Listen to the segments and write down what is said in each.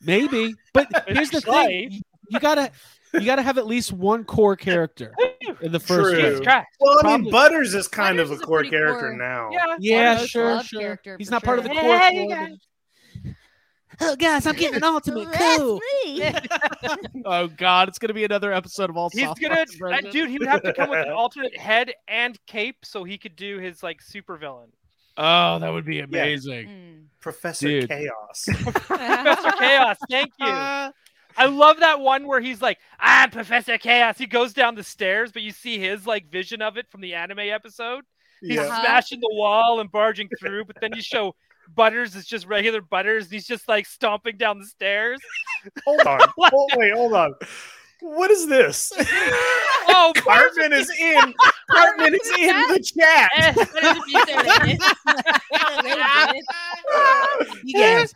Maybe, but here's the Right. thing: you, you gotta you gotta have at least one core character in the first. True. wave. Jesus Christ, Well, I Probably- mean, Butters is kind Butters of is a a core pretty character core- now. yeah, Yeah, Most sure, loved sure. character He's for not part of the sure. core. Yeah, you four, guys- but- Oh guys, I'm getting an ultimate cool. Oh god, it's gonna be another episode of all. he's South gonna, Park uh, version. dude, he would have to come with an alternate head and cape so he could do his like super villain. Oh, that would be amazing. Mm. Professor Dude. Chaos. Professor Chaos, thank you. Uh, I love that one where he's like, "I'm Professor Chaos." He goes down the stairs, but you see his like vision of it from the anime episode. He's yeah. Uh-huh. smashing the wall and barging through, but then you show Butters is just regular Butters, and he's just like stomping down the stairs. Hold on. Hold- wait, hold on. What is this? Oh, Butters Cartman is in. Cartman is in the chat. Eh, what is it you said, bitch? Wait a minute. Oh, You guys.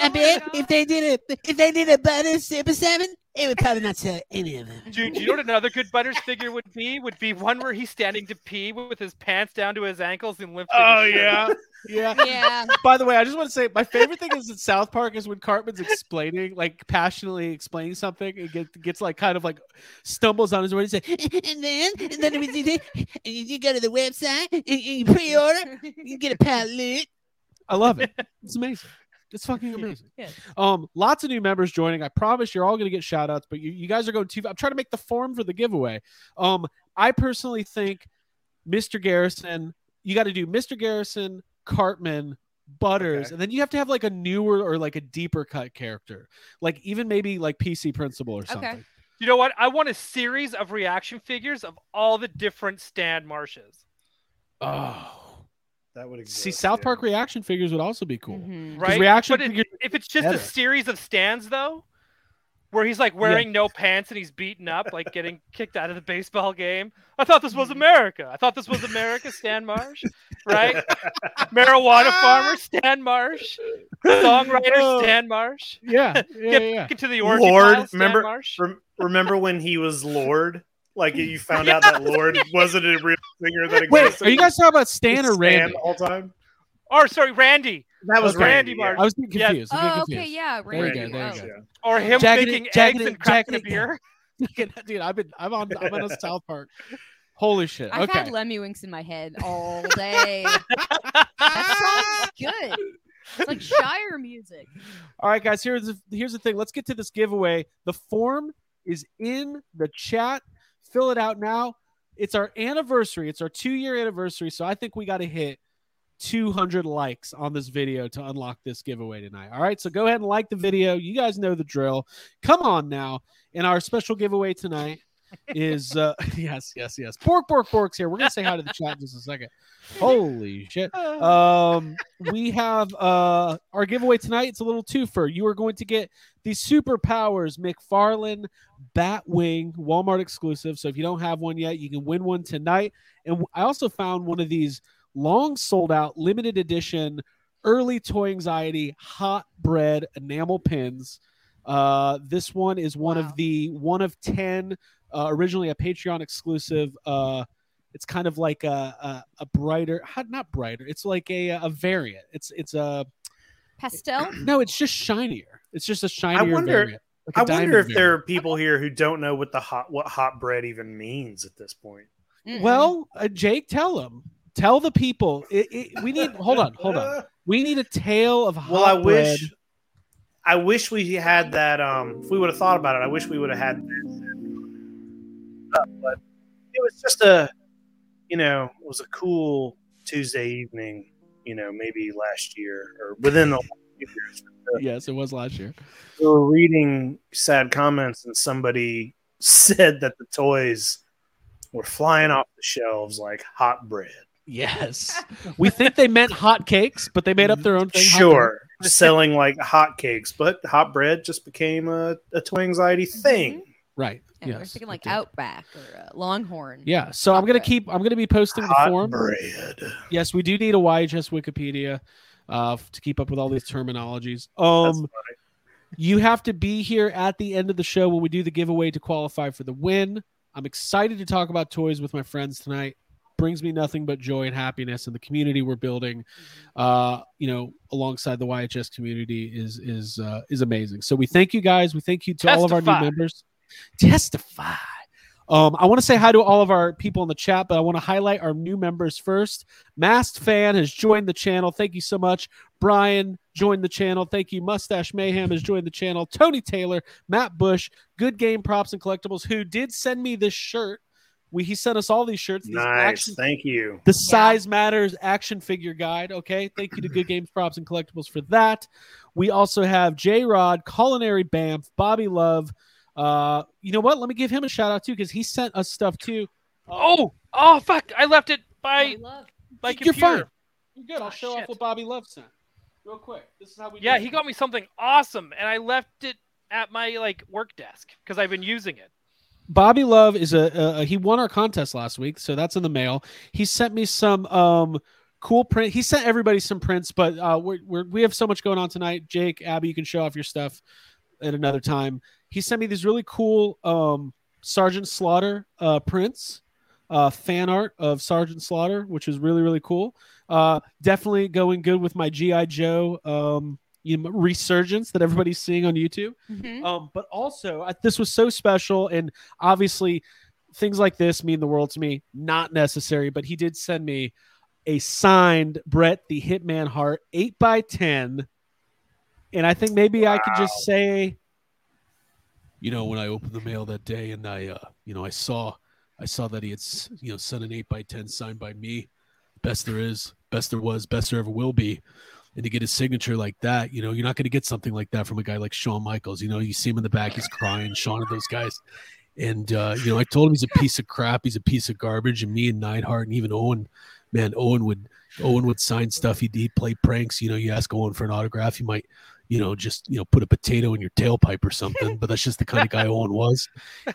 I bet if they did a if they did a butter super seven, it would probably not sell any of them. Dude, you know what another good Butters figure would be? Would be one where he's standing to pee with his pants down to his ankles and lifting. Oh his shirt. yeah. Yeah. Yeah. By the way, I just want to say my favorite thing is in South Park is when Cartman's explaining, like passionately explaining something, and get, gets like kind of like stumbles on his word. He's like, And then and then we did and you you go to the website and and you pre-order, you get a palette. I love it. It's amazing. It's fucking amazing. Yeah. Um, lots of new members joining. I promise you're all gonna get shout outs, but you, you guys are going too. I'm trying to make the form for the giveaway. Um, I personally think Mr. Garrison, you gotta do Mr. Garrison, Cartman, Butters, Okay. and then you have to have like a newer or like a deeper cut character. Like even maybe like PC principal or something. You know what? I want a series of reaction figures of all the different Stan Marshes. Oh. That would exist. See, South yeah. Park reaction figures would also be cool. Mhm. 'Cause Right? reaction but it- figures- if it's just better. a series of stands though, where he's like wearing no pants and he's beaten up, like getting kicked out of the baseball game. I thought this Mm-hmm. was America. I thought this was America, Stan Marsh, right? Marijuana farmer, Stan Marsh, songwriter, Stan Marsh. Yeah, yeah, Get, yeah. get to the orgy Oh. Lord, pile, Stan remember- Marsh. Rem- remember when he was Lord? Like you found out that Lord wasn't a real singer that existed. Wait, are you guys talking about Stan It's or Randy? the whole time? Or sorry, Randy, That was Okay. Randy. Randy yeah. I was getting Yes. confused. I'm Oh, getting okay. confused. Yeah. There you Randy. go, there you oh. go. or him Jacking it- making jacking eggs it- and cracking a jacking it down. beer. dude, I've been I'm on I'm on a South Park. Holy shit. I've okay. had Lemmy Winks in my head all day. that song's good. It's like Shire music. All right, guys. Here's the, here's the thing. Let's get to this giveaway. The form is in the chat. Fill it out now. It's our anniversary. It's our two year anniversary. So I think we got to hit 200 likes on this video to unlock this giveaway tonight. All right. So go ahead and like the video. You guys know the drill. Come on now. And our special giveaway tonight is uh yes, yes, yes. Bork, bork, borks here. We're gonna say hi to the chat in just a second. Holy shit Oh. um, we have uh, our giveaway tonight. It's a little twofer. You are going to get the superpowers McFarlane Batwing Walmart exclusive. So if you don't have one yet, you can win one tonight. And w- I also found one of these long sold out limited edition early toy anxiety hot bread enamel pins. Uh, this one is one Wow. of the one of ten uh, originally a Patreon exclusive. Uh, it's kind of like a a, a brighter, ha- not brighter. It's like a a variant. It's it's a Pastel? no. It's just shinier. It's just a shinier wonder- variant. like a I wonder diamond if there variant. are people here who don't know what the hot what hot bread even means at this point. Mm-mm. Well, uh, Jake, tell them. Tell the people. It, it, we need. hold on. Hold on. We need a tale of hot Well, I bread. wish I wish we had that um if we would have thought about it, I wish we would have had that. but it was just a you know, it was a cool Tuesday evening, you know, maybe last year or within the last few years. Yes, it was last year. we were reading sad comments and somebody said that the toys were flying off the shelves like hot bread. Yes, we think they meant hot cakes, but they made up their own thing. hot Sure, selling like hot cakes, but hot bread just became a, a toy anxiety thing. cake. right? Yeah, we're yes, thinking like okay. Outback or uh, Longhorn. Yeah, so I'm Hot gonna bread. keep. I'm gonna be posting the Hot form. bread. Yes, we do need a YHS Wikipedia uh, f- to keep up with all these terminologies. That's Um, funny. you have to be here at the end of the show when we do the giveaway to qualify for the win. I'm excited to talk about toys with my friends tonight. Brings me nothing but joy and happiness, and the community we're building, uh, you know, alongside the YHS community is is uh, is amazing. So we thank you guys. We thank you to all of our Testify. new members. Testify. Um, I want to say hi to all of our people in the chat, but I want to highlight our new members first. Mast fan has joined the channel. Thank you so much. Brian joined the channel. Thank you. Mustache Mayhem has joined the channel. Tony Taylor, Matt Bush, Good Game Props and Collectibles, who did send me this shirt. We he sent us all these shirts. These Nice. action- Thank you. the size matters action figure guide. Okay, thank you to Good Games Props and Collectibles for that. We also have J Rod, Culinary Bamf, Bobby Love. Uh, you know what? Let me give him a shout out too because he sent us stuff too. Oh, oh fuck! I left it by I love my You're computer. fine. You're good. I'll Oh, show off shit. what Bobby Love sent. Real quick. This is how we do Yeah, it. he got me something awesome, and I left it at my like work desk because I've been using it. Bobby Love is a, a, a- he won our contest last week, so that's in the mail. He sent me some um cool print. He sent everybody some prints, but uh, we're, we're we have so much going on tonight. Jake, Abby, you can show off your stuff at another time. He sent me these really cool um Sergeant Slaughter uh, prints, uh, fan art of Sergeant Slaughter, which is really really cool. Uh, definitely going good with my GI Joe um you know, resurgence that everybody's seeing on YouTube. Mhm. Um, but also, I, this was so special, and obviously, things like this mean the world to me. Not necessary, but he did send me a signed Brett the Hitman Heart eight by ten, and I think maybe I could just say, you know, when I opened the mail that day, and I, uh, you know, I saw, I saw that he had, s- you know, sent an eight by ten signed by me, best there is, best there was, best there ever will be and to get his signature like that, you know, you're not going to get something like that from a guy like Shawn Michaels. You know, you see him in the back, he's crying, Shawn and those guys. And, uh, you know, I told him he's a piece of crap, he's a piece of garbage. And me and Neidhart and even Owen, man, Owen would Owen would sign stuff. He'd, he'd play pranks. You know, you ask Owen for an autograph, he might, you know, just, you know, put a potato in your tailpipe or something. But that's just the kind of guy Owen was.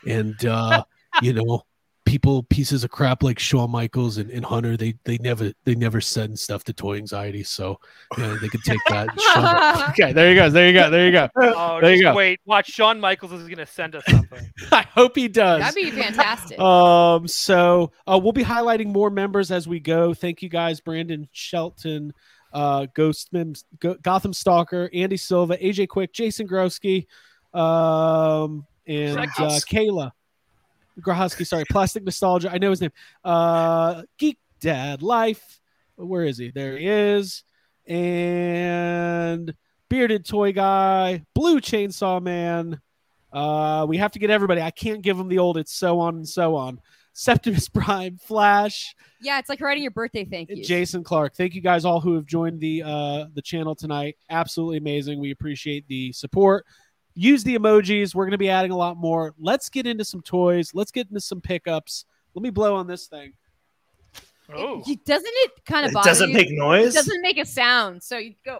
And, uh, you know, people pieces of crap like Shawn Michaels and, and Hunter, they they never they never send stuff to toy anxiety. So yeah, they could take that and shove it. Okay, there you go. There you go. There you go. Oh, There you just go. wait. Watch Shawn Michaels is gonna send us something. I hope he does. That'd be fantastic. Um, so uh, we'll be highlighting more members as we go. Thank you guys, Brandon Shelton, uh, Ghost Mem- Go- Gotham Stalker, Andy Silva, AJ Quick, Jason Grosky, um, and uh, Grohowski. Kayla Grahowski. Sorry, Plastic Nostalgia. I know his name. Uh, Geek Dad Life. Where is he? There he is. And Bearded Toy Guy, Blue Chainsaw Man. Uh, we have to get everybody. I can't give them the old. It's so on and so on. Septimus Prime, Flash, yeah, it's like writing your birthday thank you. Jason Clark. Thank you guys all who have joined the uh, the channel tonight. Absolutely amazing. We appreciate the support. Use the emojis. We're going to be adding a lot more. Let's get into some toys. Let's get into some pickups. Let me blow on this thing. Oh, doesn't it kind of It bother doesn't you? make it noise. doesn't make a sound. So you go,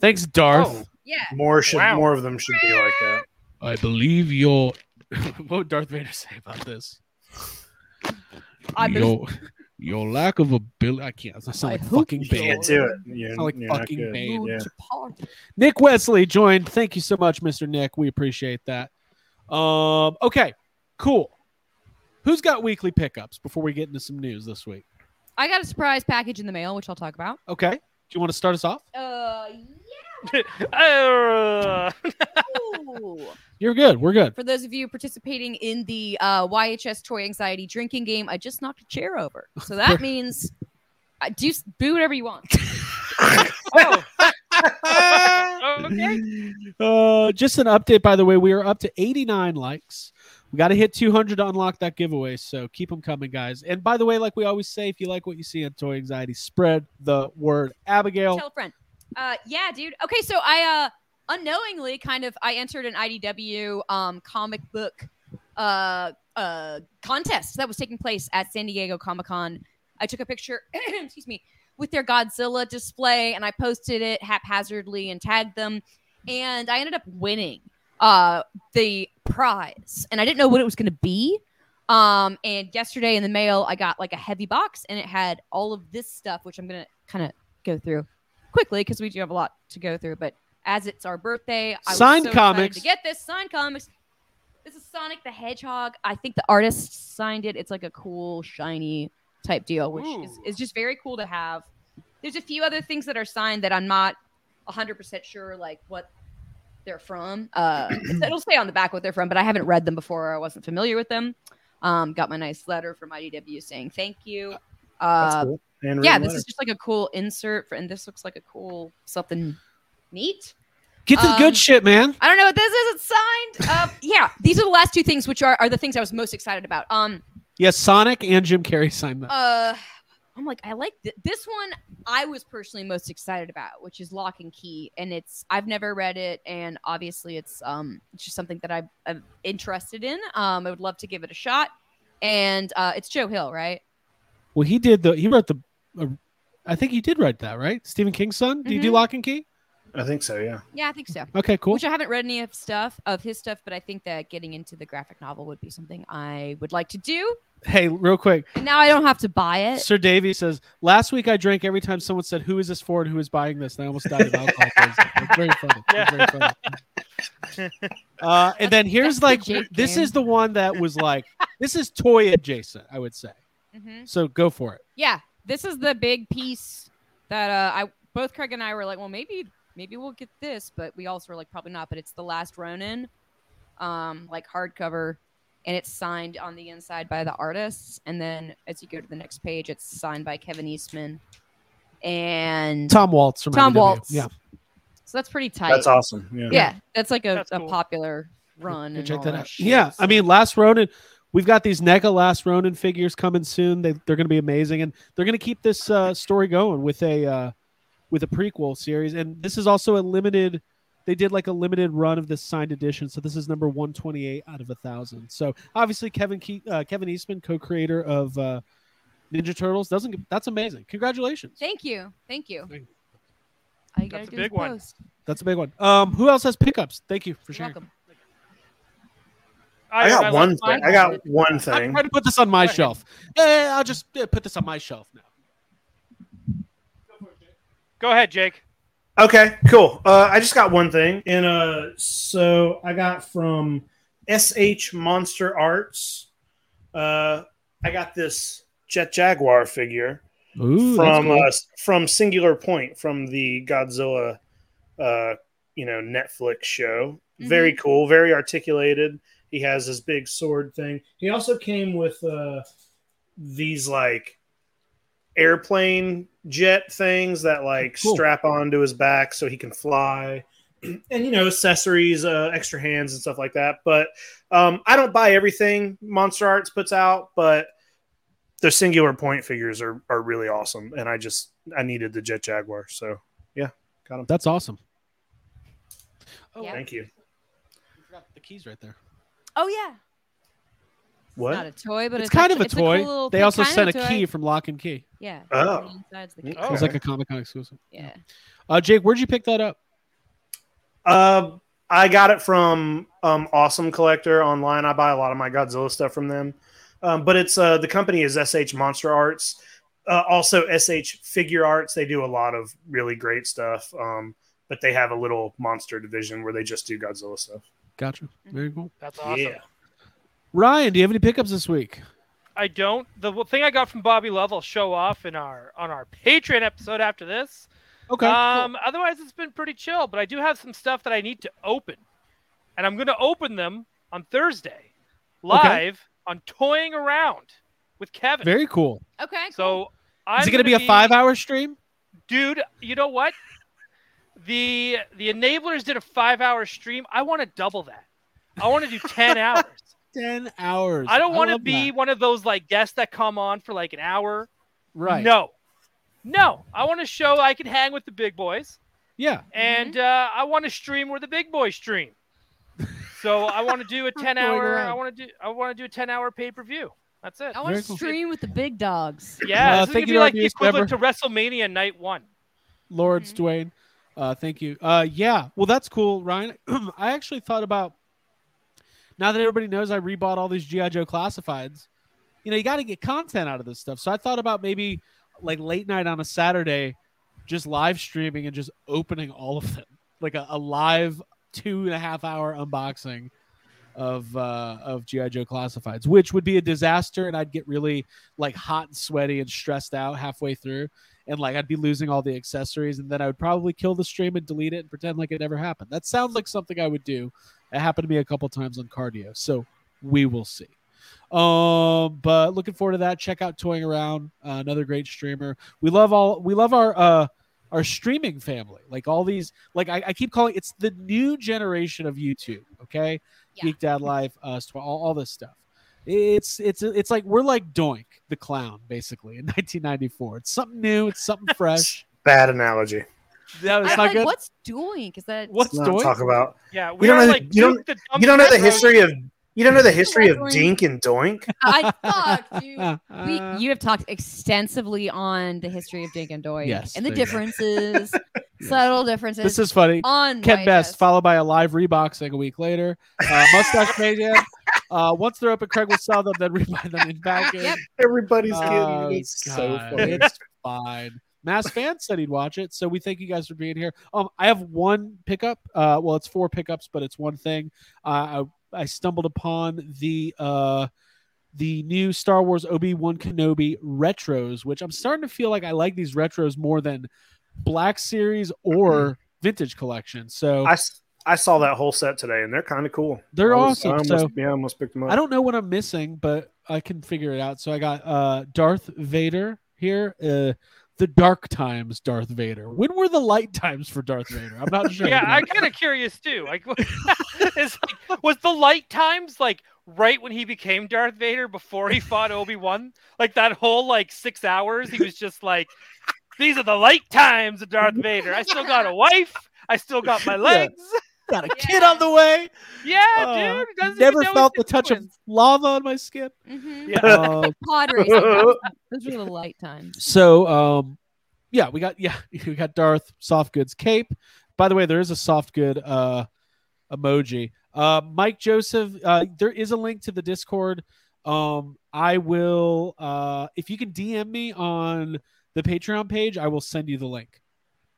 Thanks, Oh. Darth. yeah. More should Wow. more of them should be like that. I believe you're. what would Darth Vader say about this? I believe- your, your lack of ability. I can't. I sound I like hope fucking You can't Vader. do it. You're, Sound like you're not fucking good. Bane. Yeah. Nick Wesley joined. Thank you so much, Mr. Nick. We appreciate that. Um, okay, cool. Who's got weekly pickups before we get into some news this week? I got a surprise package in the mail, which I'll talk about. Okay. Do you want to start us off? Uh, Uh, yeah. You're good. We're good. For those of you participating in the uh, YHS Toy Anxiety drinking game, I just knocked a chair over. So that means uh, do boo whatever you want. oh. okay. Uh, just an update, by the way. We are up to 89 likes. We got to hit 200 to unlock that giveaway. So keep them coming, guys. And by the way, like we always say, if you like what you see on Toy Anxiety, spread the word. Abigail. Tell a friend. Uh, yeah, dude. Okay, so I uh, unknowingly kind of I entered an IDW um, comic book uh, uh, contest that was taking place at San Diego Comic Con. I took a picture, excuse me, with their Godzilla display and I posted it haphazardly and tagged them, and I ended up winning uh, the prize, and I didn't know what it was going to be. Um, and yesterday in the mail, I got like a heavy box, and it had all of this stuff, which I'm gonna kind of go through quickly because we do have a lot to go through. But as it's our birthday, I Signed was so excited comics. to get this signed comics. This is Sonic the Hedgehog. I think the artist signed it. It's like a cool, shiny type deal, which is, Ooh. is just very cool to have. There's a few other things that are signed that I'm not 100% sure like what they're from. Uh, it's- it'll say on the back what they're from, but I haven't read them before. I wasn't familiar with them. Um, got my nice letter from IDW saying thank you. That's Uh, cool. Handwritten yeah, this letter. is just like a cool insert, for, and this looks like a cool something Hmm. neat. Get to the Um, good shit, man. I don't know what this is. It's signed. Uh, yeah, these are the last two things, which are, are the things I was most excited about. Um, Yes, Sonic and Jim Carrey signed that. uh, I'm like, I like th- this one. I was personally most excited about, which is Lock and Key, and it's I've never read it, and obviously it's um it's just something that I, I'm interested in. Um, I would love to give it a shot, and uh, it's Joe Hill, right? Well, he did the. He wrote the uh, I think he did write that, right? Stephen King's son. Did you do Mhm. Lock and Key? I think so. Yeah. Yeah, I think so. Okay, cool. Which I haven't read any of stuff of his stuff, but I think that getting into the graphic novel would be something I would like to do. hey, real quick. And now I don't have to buy it. Sir Davy says, "Last week I drank every time someone said who is this for and who is buying this, and I almost died of alcohol poisoning." It's very funny. It's very funny. Uh, and then here's that's the like Jake this game. is the one that was like this is toy adjacent, I would say. hmm So go for it. Yeah, this is the big piece that uh, I both Craig and I were like, well, maybe maybe we'll get this, but we also were like, probably not. But it's the last Ronin, um, like hardcover, and it's signed on the inside by the artists, and then as you go to the next page, it's signed by Kevin Eastman, and Tom Waltz from Tom IDW. Waltz. Yeah, so that's pretty tight. That's awesome. Yeah. Yeah, that's like a, That's a cool. popular run. Go and check all that that out. shit, yeah, I so- mean, Last Ronin. We've got these NECA Last Ronin figures coming soon. They, they're going to be amazing, and they're going to keep this uh, story going with a uh, with a prequel series. And this is also a limited. They did like a limited run of this signed edition, so this is number one twenty eight out of a thousand. So obviously, Kevin Ke- uh, Kevin Eastman, co creator of uh, Ninja Turtles, doesn't that's amazing. Congratulations, Thank you, thank you. Thank you. All you gotta That's a do is big one. post. that's a big one. Um, who else has pickups? Thank you for You're sharing. welcome. I got left one mine. thing. I got one I'm thing. trying to put this on my Go ahead. shelf. Eh, I'll just eh, put this on my shelf now. Go ahead, Jake. Okay, cool. Uh, I just got one thing, and uh, so I got from SH Monster Arts. Uh, I got this Jet Jaguar figure from uh, s- from Singular Point from the Godzilla, uh, you know, Netflix show. Very cool, very articulated. He has his big sword thing. He also came with uh, these like airplane jet things that like Cool. strap onto his back so he can fly. And you know accessories, uh, extra hands and stuff like that. But um, I don't buy everything Monster Arts puts out, but the singular point figures are are really awesome, and I just I needed the Jet Jaguar, so yeah, got him. That's awesome. Oh, Yeah. Thank you. I forgot the keys right there. Oh yeah, What? not a toy, but it's, it's, kind actu- of a it's toy. cool little- they it's also kind of sent a toy. key from Lock and Key. Yeah. Oh. the inside's the Mm, key. It was Okay. like a Comic Con exclusive. Yeah. Uh, Jake, where'd you pick that up? Uh, I got it from um, Awesome Collector online. I buy a lot of my Godzilla stuff from them, um, but it's uh, the company is SH Monster Arts, uh, also SH Figure Arts. They do a lot of really great stuff, um, but they have a little monster division where they just do Godzilla stuff. Gotcha. Mm-hmm. Very cool. That's awesome. Yeah. Ryan, do you have any pickups this week? I don't. The w- thing I got from Bobby Love, I'll show off in our on our Patreon episode after this. Okay. um, Otherwise, it's been pretty chill. But I do have some stuff that I need to open, and I'm going to open them on Thursday, live on Toying Around with Kevin. Very cool. Okay. cool. so, I'm Is it going to be a five-hour stream? dude? You know what? The the enablers did a five hour stream. I want to double that. I want to do ten hours. Ten hours. I don't want to love be that. one of those like guests that come on for like an hour. right. No. No. I want to show I can hang with the big boys, Yeah. and uh, I want to stream where the big boys stream. So I want to do a ten hour. around. I want to do. I want to do a ten hour pay per view. That's it. I want Very to cool. stream with the big dogs. Yeah, Uh, this is thank gonna be you, like the RBS equivalent to WrestleMania night one. Lawrence Dwayne. Uh, thank you. Uh, yeah. Well, that's cool, Ryan. I actually thought about now that everybody knows I rebought all these GI Joe classifieds. You know, you got to get content out of this stuff. So I thought about maybe like late night on a Saturday, just live streaming and just opening all of them, like a, a live two and a half hour unboxing of uh, of GI Joe classifieds, which would be a disaster, and I'd get really like hot and sweaty and stressed out halfway through and like I'd be losing all the accessories, and then I would probably kill the stream and delete it and pretend like it never happened. That sounds like something I would do. It happened to me a couple times on cardio, so we will see. Um, but looking forward to that. Check out Toying Around, uh, another great streamer. We love all we love our uh our streaming family. Like all these, like I, I keep calling it's the new generation of YouTube. Okay, Yeah. Geek Dad Life, us, tw- all, all this stuff. It's it's it's like we're like Doink the clown basically in 1994. It's something new. It's something fresh. Bad analogy. That was I'm not like, good. what's doing? Is that What's Let's not doing? talk about. Yeah, we don't are know the- like you don't- Duke the Dumb You don't know the Drunk Road. history of You don't know the history of Wrestling. Dink and Doink? I fuck, dude. We, Uh, you have talked extensively on the history of Dink and Doink Yes, and the there you go. differences, subtle differences. this is funny. on Ken Best, YHS. followed by a live reboxing a week later. Uh, Mustache Mayhem. Uh, once they're up and Craig will sell them, then rebuy them in Falcon. Yep. Everybody's Oh, kidding. It's so God, funny. It's fine. Mass fan said he'd watch it, so we thank you guys for being here. Um, I have one pickup. Uh, well, it's four pickups, but it's one thing. Uh, I I stumbled upon the uh the new Star Wars Obi Wan Kenobi retros, which I'm starting to feel like I like these retros more than Black Series Mm-hmm. or Vintage Collection. So I, s- I saw that whole set today, and they're kind of cool. they're I was- I awesome. almost- So yeah, I almost picked them up. I don't know what I'm missing, but I can figure it out. So I got uh Darth Vader here. Uh the dark times Darth Vader. When were the light times for Darth Vader? I'm not sure. Yeah, I'm kind of curious too. Like, it's like, was the light times like right when he became Darth Vader before he fought Obi Wan? Like that whole like six hours, he was just like, "These are the light times of Darth Vader. I still got a wife. I still got my legs. got a kid on the way. Yeah, Uh, dude. he doesn't even never know felt the he's touch of doing. lava on my skin. Mhm. Yeah. Um, Pod racing. that was- Those were the light times. so um yeah, we got yeah, we got Darth soft goods cape. By the way, there is a soft good uh emoji. Uh, Mike Joseph, uh, there is a link to the Discord. Um, I will, uh, if you can DM me on the Patreon page, I will send you the link.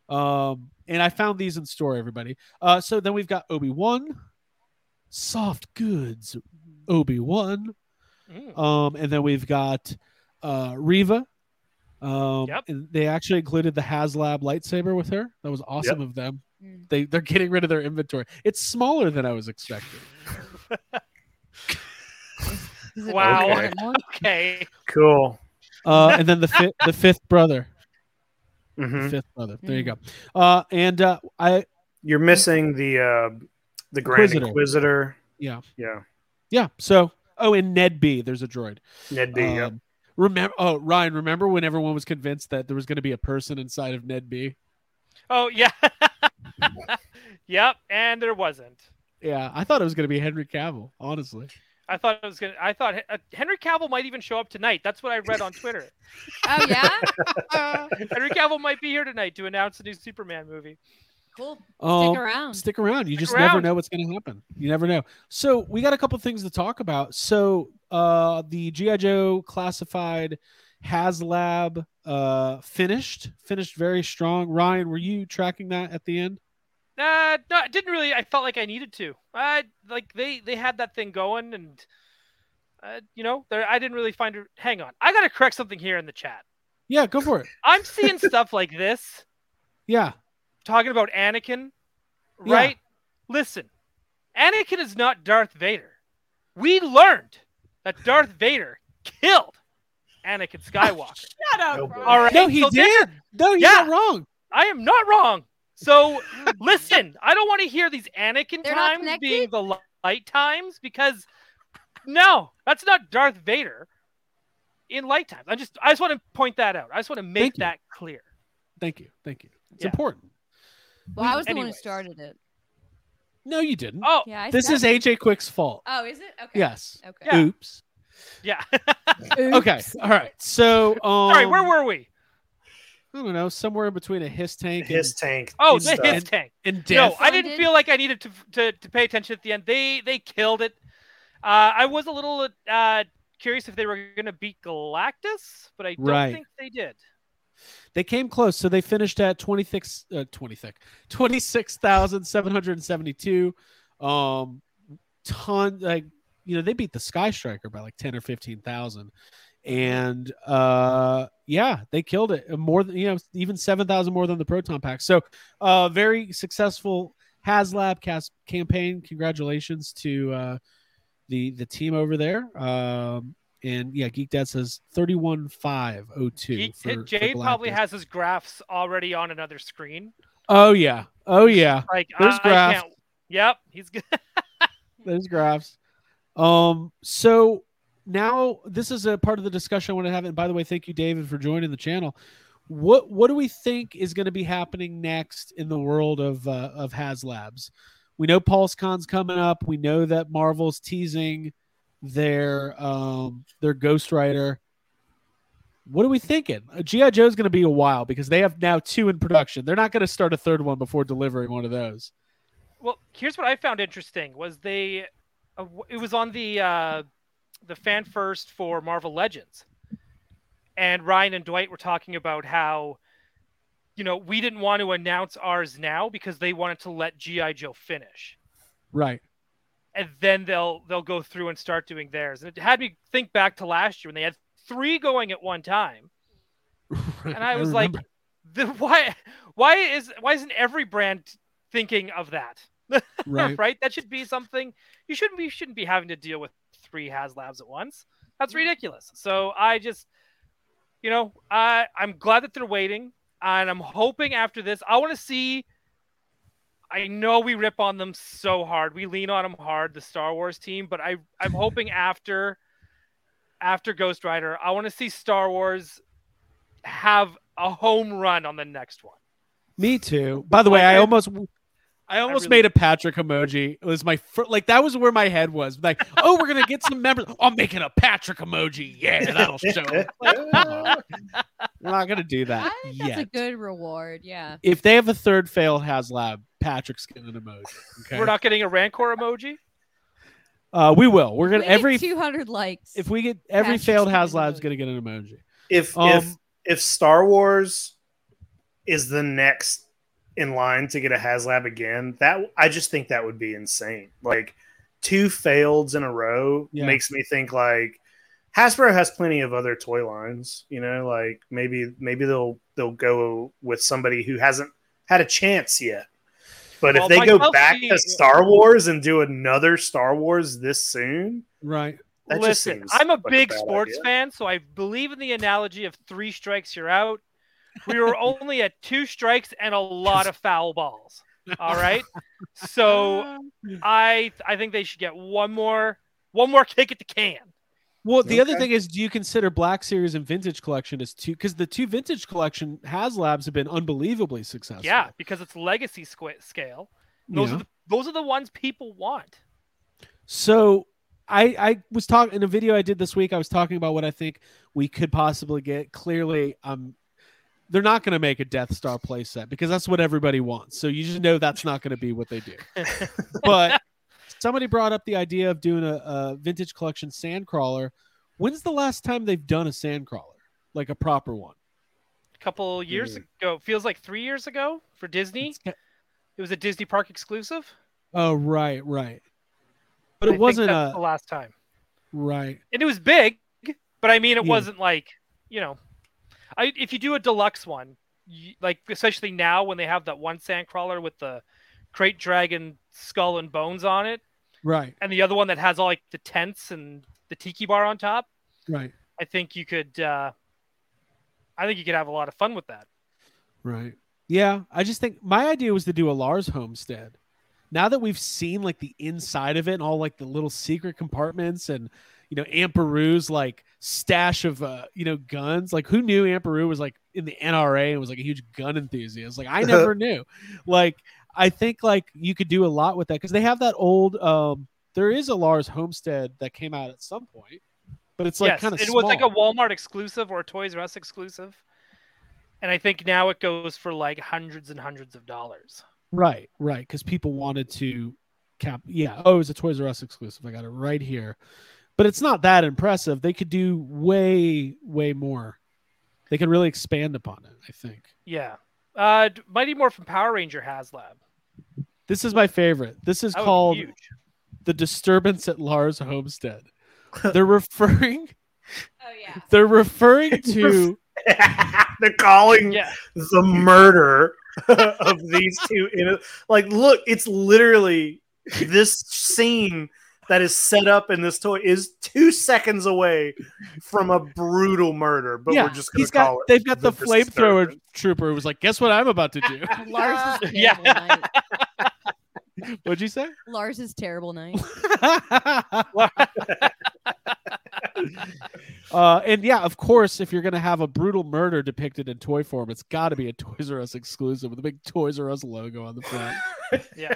Um, and I found these in store, everybody. Uh, so then we've got Obi Wan, soft goods, Obi Wan. Mm. Um, and then we've got uh, Riva. Um, Yep. and they actually included the HasLab lightsaber with her. That was awesome of them Mm. they they're getting rid of their inventory. It's smaller than I was expecting. Is it- Wow. is it more? Okay. Cool. Uh, and then the fi- the fifth brother, hmm the fifth brother. There you go. Uh, and uh, I You're missing the uh, the Grand Inquisitor. Inquisitor. Yeah. Yeah. yeah. So oh, and Ned B. There's a droid. Ned Uh, B. yep. Um, remember? Oh, Ryan. Remember when everyone was convinced that there was going to be a person inside of Ned B. Oh yeah. yep. And there wasn't. Yeah, I thought it was going to be Henry Cavill. Honestly, I thought it was gonna. I thought uh, Henry Cavill might even show up tonight. That's what I read on Twitter. Oh yeah. Uh, Henry Cavill might be here tonight to announce the new Superman movie. Cool. Stick um, around. stick around. You Stick just never around. know what's going to happen. You never know. So we got a couple things to talk about. So uh, the GI Joe classified HasLab uh, finished finished very strong. Ryan, were you tracking that at the end? Uh, no, I didn't really. I felt like I needed to. I like they they had that thing going, and uh, you know, there I didn't really find. A, hang on, I gotta correct something here in the chat. Yeah, go for it. I'm seeing stuff like this Yeah, talking about Anakin, Yeah. right? Listen, Anakin is not Darth Vader. We learned that Darth Vader killed Anakin Skywalker. Shut up, No, Ron. All right, no, he so there- did. No, you're Yeah. not wrong. I am not wrong. So listen, I don't want to hear these Anakin They're not times connected? being the li- light times because no, that's not Darth Vader in light times. I just I just want to point that out. I just want to make Thank you. that clear. Thank you, thank you. It's Yeah. important. Well, I was the one who Anyways. started it. No, you didn't. Oh Yeah. I this is started- AJ Quick's fault. Oh, is it? Okay. Yes. Okay. Yeah. Oops. yeah. Okay. All right. So, um, Sorry, where were we? I don't know, somewhere in between a hiss tank and, His tank. Oh, and the stuff. his tank. and No, death. I didn't Funded? feel like I needed to to, to pay attention at the end. They they killed it. Uh, I was a little uh, curious if they were going to beat Galactus, but I don't Right. think they did. They came close, so they finished at 26 uh, 20 thick. 26,772 um ton like you know, they beat the Sky Striker by like 10 or 15,000. And uh yeah, they killed it. More than you know, even 7,000 more than the proton pack. So, uh very successful HasLab cast campaign. Congratulations to uh the the team over there. Um and yeah, Geek Dad says 31502. Geek- for- for Jay probably Galactus. has his graphs already on another screen. Oh yeah. Oh yeah. Like There's I, I graphs. can't- Yep, he's good. There's graphs. Um so now this is a part of the discussion I want to have and by the way thank you David for joining the channel. What what do we think is going to be happening next in the world of uh, of HasLabs? We know PulseCon's coming up. We know that Marvel's teasing their um their Ghost Rider. What are we thinking? Uh, GI Joe's going to be a while because they have now two in production. They're not going to start a third one before delivering one of those. Well, here's what I found interesting was they uh, w- it was on the uh, the fan first for Marvel Legends, and Ryan and Dwight were talking about how you know we didn't want to announce ours now because they wanted to let GI Joe finish, Right. and then they'll they'll go through and start doing theirs. And it had me think back to last year when they had three going at one time. and I was like, remember. the, why, why is why isn't every brand thinking of that? right. That should be something you shouldn't be shouldn't be having to deal with three HasLabs at once. That's ridiculous. So I just, you know, I I'm glad that they're waiting, and I'm hoping after this, I want to see. I know we rip on them so hard. We lean on them hard, the Star Wars team, but I I'm hoping after after Ghost Rider, I want to see Star Wars have a home run on the next one. Me too. By the way, Like, I I- almost I almost really- made a Patrick emoji. It was my fir- like that was where my head was. Like, oh, we're gonna get some members. I'm making a Patrick emoji. Yeah, that'll show. 'em." Like, come on. we're not gonna do I that think that's a yet. good reward. Yeah. if they have a third failed HasLab, Patrick's getting an emoji. Okay, We're not getting a Rancor emoji. uh, we will. We're gonna We get every 200 likes. if we get every Patrick's failed getting an HasLab's emoji. gonna get an emoji. If if Um, if Star Wars is the next in line to get a HasLab again, that I just think that would be insane. Like two faileds in a row Yeah. makes me think like Hasbro has plenty of other toy lines, you know, like maybe maybe they'll they'll go with somebody who hasn't had a chance yet. But Well, if they Mike go Pelfrey- back to Star Wars and do another Star Wars this soon, Right. that just Listen, seems I'm a like big bad sports idea. fan, so I believe in the analogy of three strikes, you're out. We were only at two strikes and a lot of foul balls. All right. So I I think they should get one more one more kick at the can. Well, the other Okay. thing is, do you consider Black Series and Vintage Collection as two? Because the two Vintage Collection HasLabs have been unbelievably successful. yeah, because it's legacy squ- scale. You Those know? are the, those are the ones people want. So I I was talking in a video I did this week. I was talking about what I think we could possibly get. Clearly, um, they're not going to make a Death Star playset because that's what everybody wants. So you just know that's not going to be what they do. but somebody brought up the idea of doing a, a vintage collection sandcrawler. When's the last time they've done a sandcrawler, like a proper one? A couple Mm-hmm. years Mm. ago, feels like three years ago for Disney. It's ca- It was a Disney Park exclusive. Oh right, right. But I it think wasn't that's a the last time. right. and it was big, but I mean, it Yeah. wasn't like you know, I if you do a deluxe one, you, like especially now when they have that one sandcrawler with the crate dragon skull and bones on it, Right, and the other one that has all like the tents and the tiki bar on top, right, I think you could, uh I think you could have a lot of fun with that. right. Yeah, I just think my idea was to do a Lars homestead. Now that we've seen like the inside of it and all like the little secret compartments and you know Amperu's like stash of uh, you know guns, like who knew Amperu was like in the NRA and was like a huge gun enthusiast? Like I never knew. Like I think like you could do a lot with that because they have that old. um There is a Lars homestead that came out at some point, but it's like yes, kind of it was like a Walmart exclusive or a Toys R Us exclusive. And I think now it goes for like hundreds and hundreds of dollars. Right, right, because people wanted to cap. Yeah, oh, it was a Toys R Us exclusive. I got it right here, but it's not that impressive. They could do way, way more. They could really expand upon it. I think Yeah. Uh, d- Mighty Morphin Power Ranger HasLab. this is my favorite. This is That would be called huge. the disturbance at Lars Homestead. They're referring. oh, yeah. They're referring to. They're calling Yeah, the murder of these two. In like, look, it's literally this scene that is set up in this toy is two seconds away from a brutal murder, but yeah, we're just going he's to got. call it. They've got the, the flamethrower disturbance. trooper. Who was like, guess what I'm about to do? Lars is terrible Yeah. night. What'd you say? Lars is terrible night. uh, and yeah, of course, if you're going to have a brutal murder depicted in toy form, it's got to be a Toys R Us exclusive with a big Toys R Us logo on the front. yeah.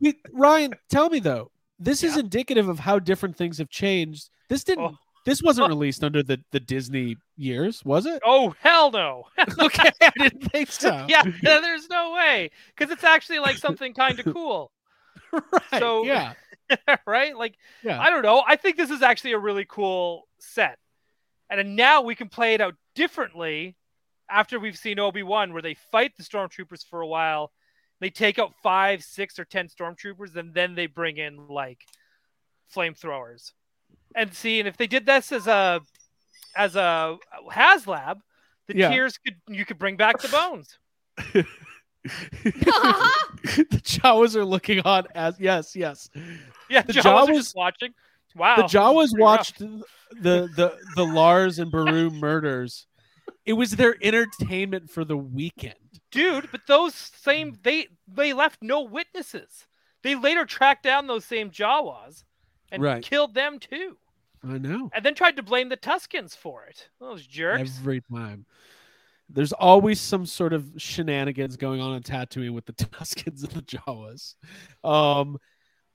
We- Ryan, tell me though, this is indicative of how different things have changed. This didn't. Oh. This wasn't released under the, the Disney years, was it? Oh hell no! okay, I didn't think so. yeah, no, there's no way because it's actually like something kind of cool, right. so- yeah, right? Like Yeah. I don't know. I think this is actually a really cool set, and then now we can play it out differently after we've seen Obi wan where they fight the stormtroopers for a while. They take out five, six, or ten stormtroopers, and then they bring in like flamethrowers. And see, and if they did this as a as a HasLab, the Yeah. tears could you could bring back the bones. the Jawas are looking on as yes, yes. Yeah, The Jawas, Jawas- are just watching. Wow. the Jawas Pretty rough. watched the the the Lars and Baru murders. It was their entertainment for the weekend. Dude, but those same they they left no witnesses. They later tracked down those same Jawas and Right. killed them too. I know. And then tried to blame the Tuscans for it. Those jerks. Every time. There's always some sort of shenanigans going on in Tatooine with the Tuscans and the Jawas. Um,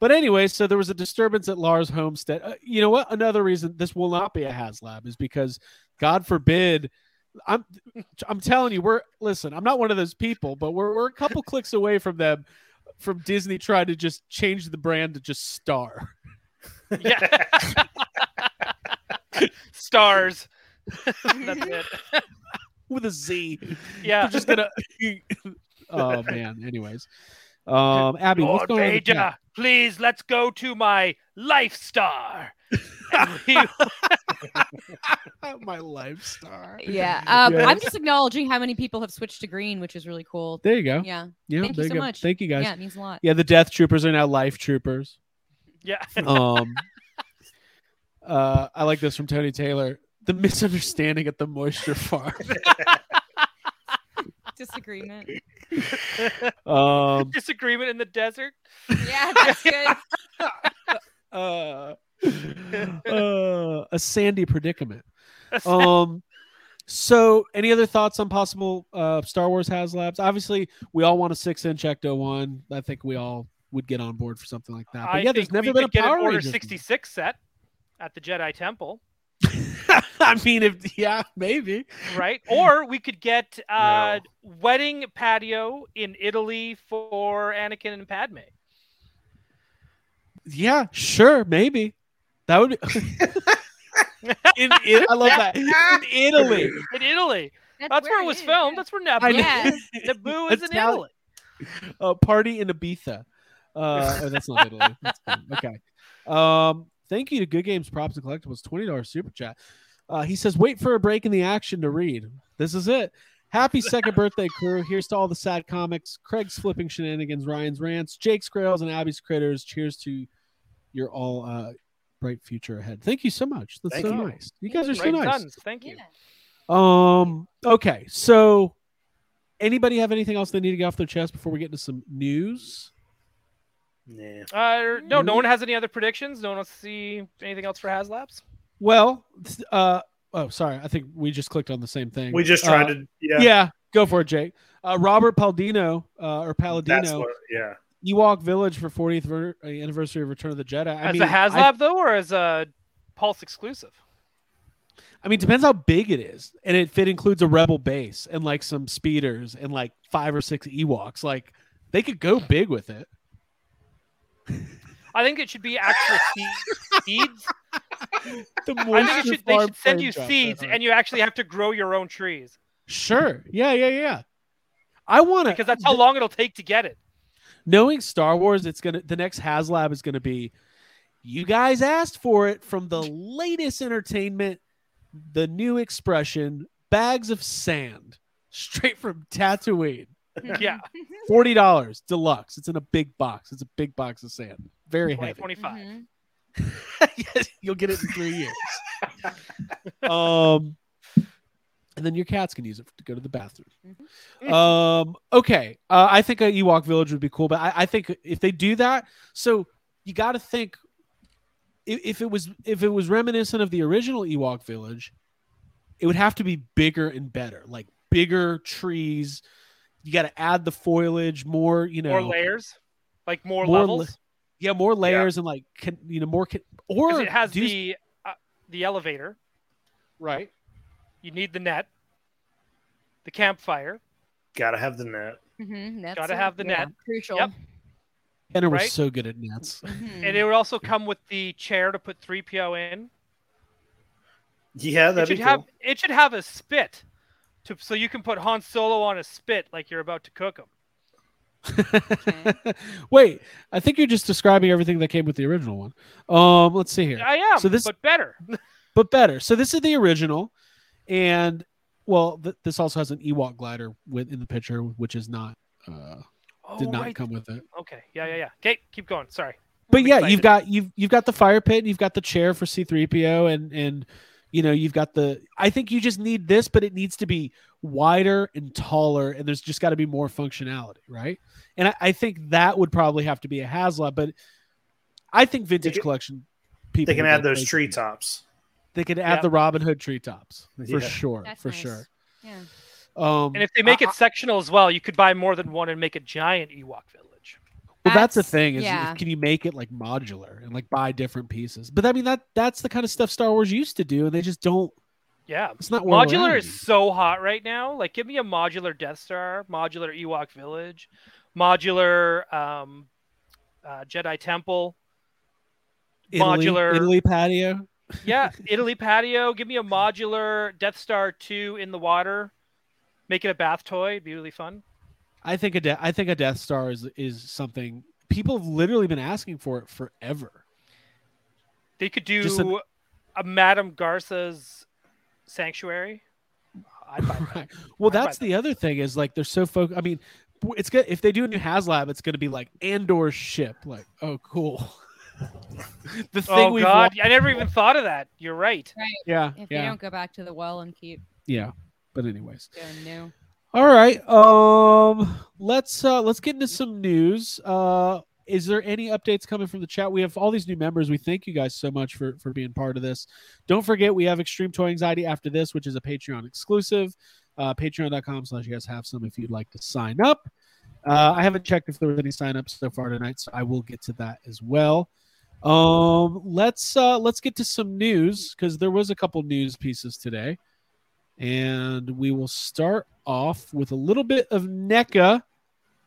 but anyway, so there was a disturbance at Lars' homestead. Uh, you know what? Another reason this will not be a HasLab is because, God forbid, I'm I'm telling you, we're listen. I'm not one of those people, but we're we're a couple clicks away from them, from Disney trying to just change the brand to just Star. Yeah. Stars. That's it. with a Z. Yeah. They're just gonna. oh man. Anyways, um, Abby, what's Lord going on? in the Vader, chat? please let's go to my life star. And we- My life star. yeah. Um, Yeah. I'm just acknowledging how many people have switched to green, which is really cool. There you go. Yeah. Yeah. there Thank you so go. much. Thank you guys. Yeah, Yeah. it means a lot. the death troopers are now life troopers. yeah. Um, uh, I like this from Tony Taylor. The misunderstanding at the moisture farm. Disagreement. Um, Disagreement in the desert. Yeah, that's good. uh, uh, a sandy predicament. um so any other thoughts on possible uh star wars haslabs obviously we all want a six inch ecto one i think we all would get on board for something like that but I yeah there's think we never been a could get power an Order Rangers 66 set at the Jedi Temple, movie. i mean if yeah maybe right? or we could get uh, wedding patio in Italy for Anakin and Padme. yeah sure maybe that would be in, I- i love that in italy In Italy, that's where it was is, filmed. That's where Naboo. is. Yeah. Naboo is in Italian- Italy. a uh, party in Ibiza. Uh, oh, that's not Italy. That's fine. okay. Um, thank you to Good Games Props and Collectibles, twenty dollars super chat. Uh, he says, "Wait for a break in the action to read. This is it. Happy second birthday, crew. Here's to all the sad comics, Craig's flipping shenanigans, Ryan's rants, Jake's grails, and Abby's critters. Cheers to your all uh, bright future ahead. Thank you so much. That's Thank so you. nice. You guys are so Great nice. sons. Thank you. Yeah. Um. Okay. So, anybody have anything else they need to get off their chest before we get into some news? Yeah. Uh, no, Mm-hmm. no one has any other predictions. No one wants to see anything else for HasLabs. Well, th- uh, oh, sorry. I think we just clicked on the same thing. We just tried Uh, to. Yeah. Yeah, go for it, Jake. Uh, Robert Paldino uh, or That's Palladino, what. Yeah. Ewok Village for 40th ver- uh, anniversary of Return of the Jedi. I as mean, a HasLab I, though, or as a Pulse exclusive. I mean, depends how big it is, and if it includes a Rebel base and like some speeders and like five or six Ewoks, like they could go big with it. I think it should be actual seed- seeds. The I think it moisture should, they farm should send frame you drop, seeds, uh, and you actually have to grow your own trees sure, yeah, yeah, yeah. I want to because that's how long it'll take to get it. knowing Star Wars, it's gonna the next HasLab is gonna be. You guys asked for it from the latest entertainment, the new expression, bags of sand, straight from Tatooine. Yeah. Forty dollars deluxe. It's in a big box. It's a big box of sand. Very heavy. 2025. Mhm. Yes, You'll get it in three years. um, and then your cats can use it to go to the bathroom. Mm-hmm. Um, okay. Uh, I think a Ewok village would be cool, but I, I think if they do that, so you got to think if, if it was if it was reminiscent of the original Ewok village, it would have to be bigger and better, like bigger trees. You got to add the foliage, more you know, More layers. like more, More levels Yeah, more layers and like con, you know more. Con, or 'Cause it has do- the uh, the elevator. right. You need the net, the campfire. Gotta have the net. Mm-hmm, Gotta have the net. Crucial. Yep. Kenner Right? was so good at nets. Mhm. Mm. And it would also come with the chair to put 3PO in. Yeah, It that'd should be have cool. it should have a spit to, so you can put Han Solo on a spit like you're about to cook him. Wait, I think you're just describing everything that came with the original one. Um, let's see here. I am, So this- but better. but better. So this is the original, and well, th- this also has an Ewok glider with in the picture, which is not uh, Oh, did not right. come with it. Okay. Yeah, yeah, yeah. Okay, keep going. Sorry. But yeah, excited. you've got you've you've got the fire pit, you've got the chair for C three PO, and and you know you've got the. I think you just need this, but it needs to be wider and taller, and there's just got to be more functionality, right? And I, I think that would probably have to be a Haslab, but I think vintage can- collection people They can would add go those crazy. treetops. They could add Yeah. the Robin Hood treetops for Yeah. sure, That's for nice. sure. Yeah. Um, And if they make I- it sectional as well, you could buy more than one and make a giant Ewok village. Well, that's, the That's- thing is, yeah. if- can you make it like modular and like buy different pieces? But I mean, that that's the kind of stuff Star Wars used to do, and they just don't. Yeah. It's not where we're Modular at is so hot right now. Like, give me a modular Death Star, modular Ewok Village, modular um, uh, Jedi Temple. anymore. Italy- modular- Italy patio. Yeah, Italy Patio. Give me a modular Death Star 2 in the water. Make it a bath toy. It'd be really fun. I think a de- I think a Death Star is is something people have literally been asking for it forever. They could Just an- do a Madame Garza's Sanctuary. I'd buy that. Right. Well, I'd buy that's the other thing is like they're so focused. I mean, w- it's good if they do a new HasLab, it's going to be like Andor's ship. Like, oh, cool. the thing Oh, we've God. wa- I never even thought of that. You're right. yeah, If they yeah, don't go back to the well and keep yeah. But anyways. doing new. All right. Um let's uh let's get into some news. Uh is there any updates coming from the chat? We have all these new members. We thank you guys so much for for being part of this. Don't forget we have Extreme Toy Anxiety after this, which is a Patreon exclusive. Uh patreon.com slash you guys have some if you'd like to sign up. Uh, I haven't checked if there was any signups so far tonight, so I will get to that as well. Um let's uh let's get to some news because there was a couple news pieces today. And we will start off with a little bit of NECA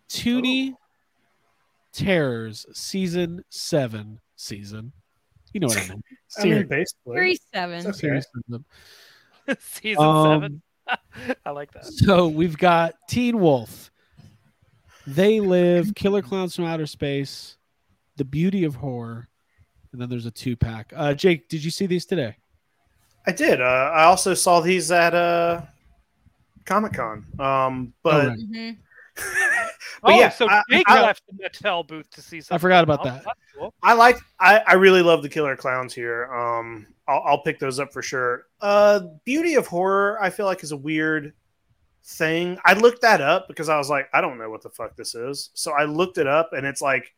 Toonie Terrors Season 7 season. You know what I mean. I mean, Series- Three basically. seven. That's okay. series season. Season Um, 7. I like that. So we've got Teen Wolf. They live, Killer Clowns from Outer Space, The Beauty of Horror, and then there's a two pack. Uh, Jake, did you see these today? I did. Uh, I also saw these at uh, Comic Con. Um, but Oh, right. hmm But oh, yeah, so I- Jake I- left the Mattel booth to see something. forgot about else. that. That's cool. I like. I, I really love the Killer Clowns here. Um, I'll, I'll pick those up for sure. Uh, Beauty of Horror, I feel like is a weird thing. I looked that up because I was like, I don't know what the fuck this is. So I looked it up, and it's like,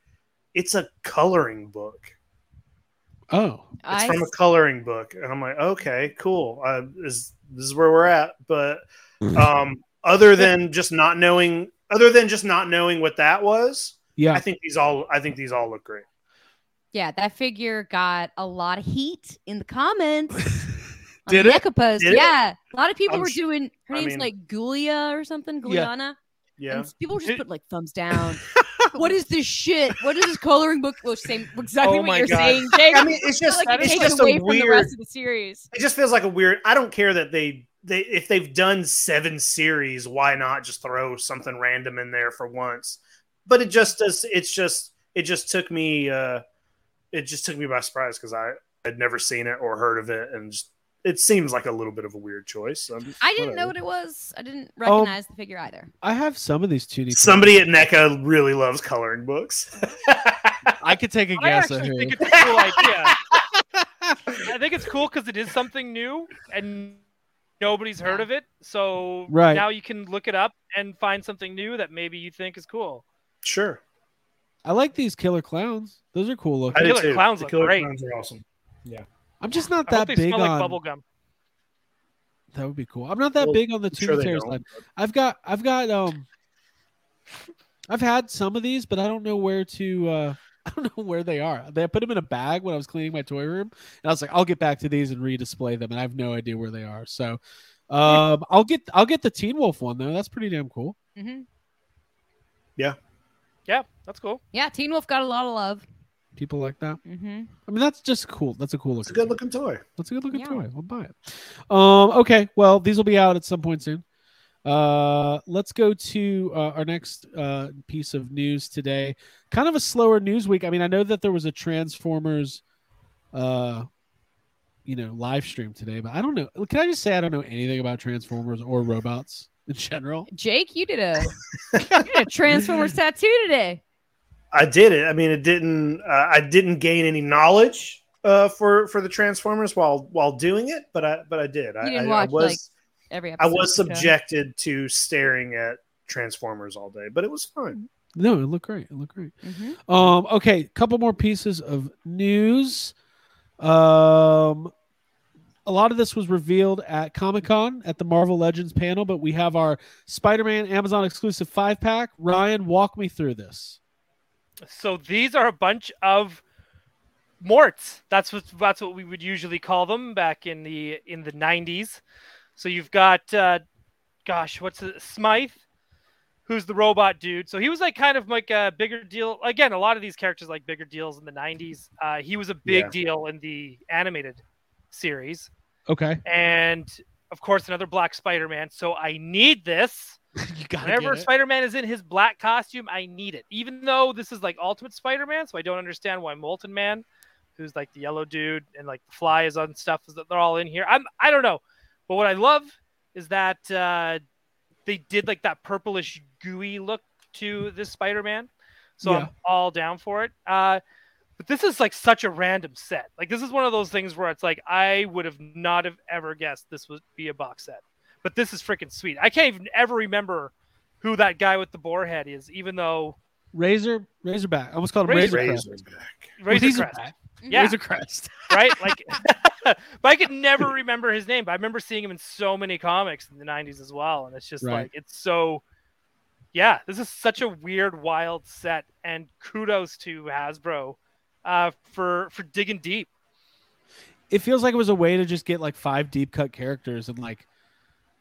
it's a coloring book. Oh, It's I from a coloring book, and I'm like, okay, cool. Uh, is this is where we're at? But um, other than just not knowing, other than just not knowing what that was, I yeah. think these all, I think these all look great. Yeah, that figure got a lot of heat in the comments. on Did the it? NECA post. Did it? yeah, a lot of people I'm were sh- doing. Her I name's mean- like Gulia or something, Yeah. Guliana. Yeah, And people were just Did- putting like thumbs down. what is this shit? What is this coloring book? Well, same exactly Oh what my you're God. saying, Jake. I mean, it's I feel just, like it it's takes just away a from the weird. rest of the series. It just feels like a weird. I don't care that they they if they've done seven series, why not just throw something random in there for once? But it just does. It's just it just took me. uh It just took me by surprise because I had never seen it or heard of it, and just, it seems like a little bit of a weird choice. Um, I didn't know whatever. what it was. I didn't Oh. recognize the figure either. I have some of these Toonie. Terrors. Somebody at NECA really loves coloring books. I could take a I guess at actually who. think it's a cool idea. I think it's cool because it is something new and nobody's heard of it. So Right. now you can look it up and find something new that maybe you think is cool. sure, I like these killer clowns. Those are cool I looking. do Killer too. Clowns The look Killer great. Clowns are awesome. I'm just not I that hope they big smell like on bubblegum. that would be cool. I'm not that Well, big on the I'm sure Toonie they Terrors don't, line. I've got I've got um I've had some of these, but I don't know where to. Uh, I don't know where they are. They I put them in a bag when I was cleaning my toy room, and I was like, I'll get back to these and redisplay them, and I have no idea where they are. So, um, I'll get I'll get the Teen Wolf one though. That's pretty damn cool. hmm Yeah, that's cool. Yeah, Teen Wolf got a lot of love. People like that. hmm I mean, that's just cool. That's a cool It's a looking. good looking toy. That's a good looking Yeah. toy. I'll buy it. Um, okay. Well, these will be out at some point soon. Uh, let's go to uh, our next uh, piece of news today. Kind of a slower news week. I mean, I know that there was a Transformers, uh, you know, live stream today, but I don't know. Can I just say I don't know anything about Transformers or robots in general? Jake, you did a, you did a Transformers tattoo today. I did it. I mean, it didn't. Uh, I didn't gain any knowledge uh, for for the Transformers while while doing it, but I but I did. I, didn't I, watch, I was Every I episode. was so- subjected to staring at Transformers all day, but it was fun. No, it looked great. It looked great. Mhm. Um, okay, couple more pieces of news. Um, a lot of this was revealed at Comic Con at the Marvel Legends panel, but we have our Spider Man Amazon exclusive five pack. Ryan, walk me through this. So these are a bunch of morts. That's what that's what we would usually call them back in the in the nineties. So you've got uh, gosh, what's it, Smythe, who's the robot dude. So he was like kind of like a bigger deal. Again, a lot of these characters like bigger deals in the nineties. Uh, he was a big Yeah. deal in the animated series. Okay, And of course another black Spider-Man. So I need this. you got Whenever Spider Man is in his black costume, I need it. Even though this is like Ultimate Spider Man, so I don't understand why Molten Man, who's like the yellow dude, and like the fly is on stuff, is that they're all in here. I'm I don't know. But what I love is that uh, they did like that purplish gooey look to this Spider Man. So Yeah. I'm all down for it. Uh, but this is like such a random set. Like this is one of those things where it's like I would have not have ever guessed this would be a box set. But this is freaking sweet. I can't even ever remember who that guy with the boar head is, even though Razor Razorback. I almost called him Razor- Razor, Razorback. Razor Crest, Crest. Yeah. Razor Crest. right? Like, but I could never remember his name. But I remember seeing him in so many comics in the '90s as well, and it's just Right. like it's so. Yeah, this is such a weird, wild set, and kudos to Hasbro uh, for for digging deep. It feels like it was a way to just get like five deep cut characters and like.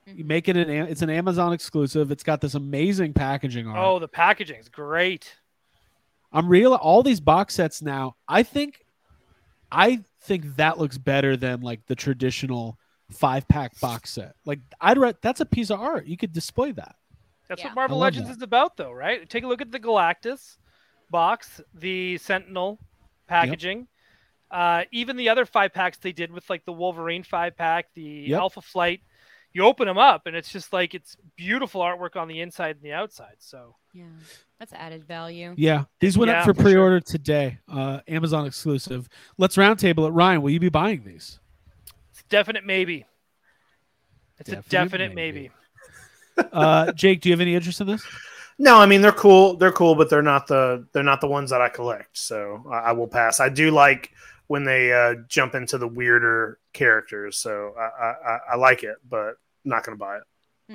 You make it an Am- it's an Amazon exclusive. It's got this amazing packaging on it. Oh, the packaging's great. I'm real all these box sets now. I think I think that looks better than like the traditional five pack box set. Like I'd re- that's a piece of art. You could display that. That's Yeah. what Marvel I love Legends that. is about, though, right? Take a look at the Galactus box, the Sentinel packaging, uh, even the other five packs they did with like the Wolverine five pack, the Yep. Alpha Flight. You open them up, and it's just like it's beautiful artwork on the inside and the outside. So Yeah, that's added value. Yeah, these went Yeah, up for for sure. pre-order today. Uh, Amazon exclusive. Let's roundtable it. Ryan, will you be buying these? it's definite maybe. It's Definite a definite maybe. maybe. Uh, Jake, do you have any interest in this? No, I mean they're cool. They're cool, but they're not the they're not the ones that I collect. So I, I will pass. I do like when they uh, jump into the weirder characters. So I, I, I- I like it, but not gonna buy it.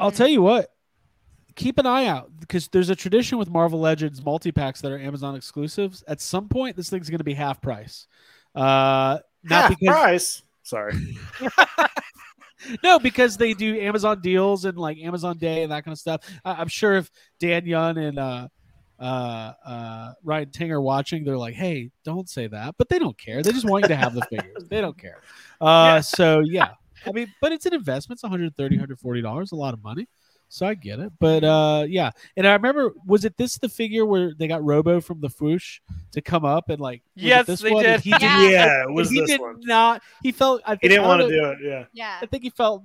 I'll Mhm. tell you what. Keep an eye out because there's a tradition with Marvel Legends multi packs that are Amazon exclusives. At some point, this thing's going to be half price. Uh, not Half because price. Sorry. No, because they do Amazon deals and like Amazon Day and that kind of stuff. I- I'm sure if Dan Young and uh, uh, uh, Ryan Ting are watching, they're like, "Hey, don't say that," but they don't care. They just want you to have the figures. They don't care. Uh, Yeah. So yeah, I mean, but it's an investment. It's 130 dollars, a lot of money. So I get it. But uh, yeah, and I remember, was it this the figure where they got Robo from the Foosh to come up and like? was it Yes, this they one? did. He Yeah. did, Yeah, it was he this did one. not. He felt. I think, He didn't I want to don't know- do it. Yeah. Yeah. I think he felt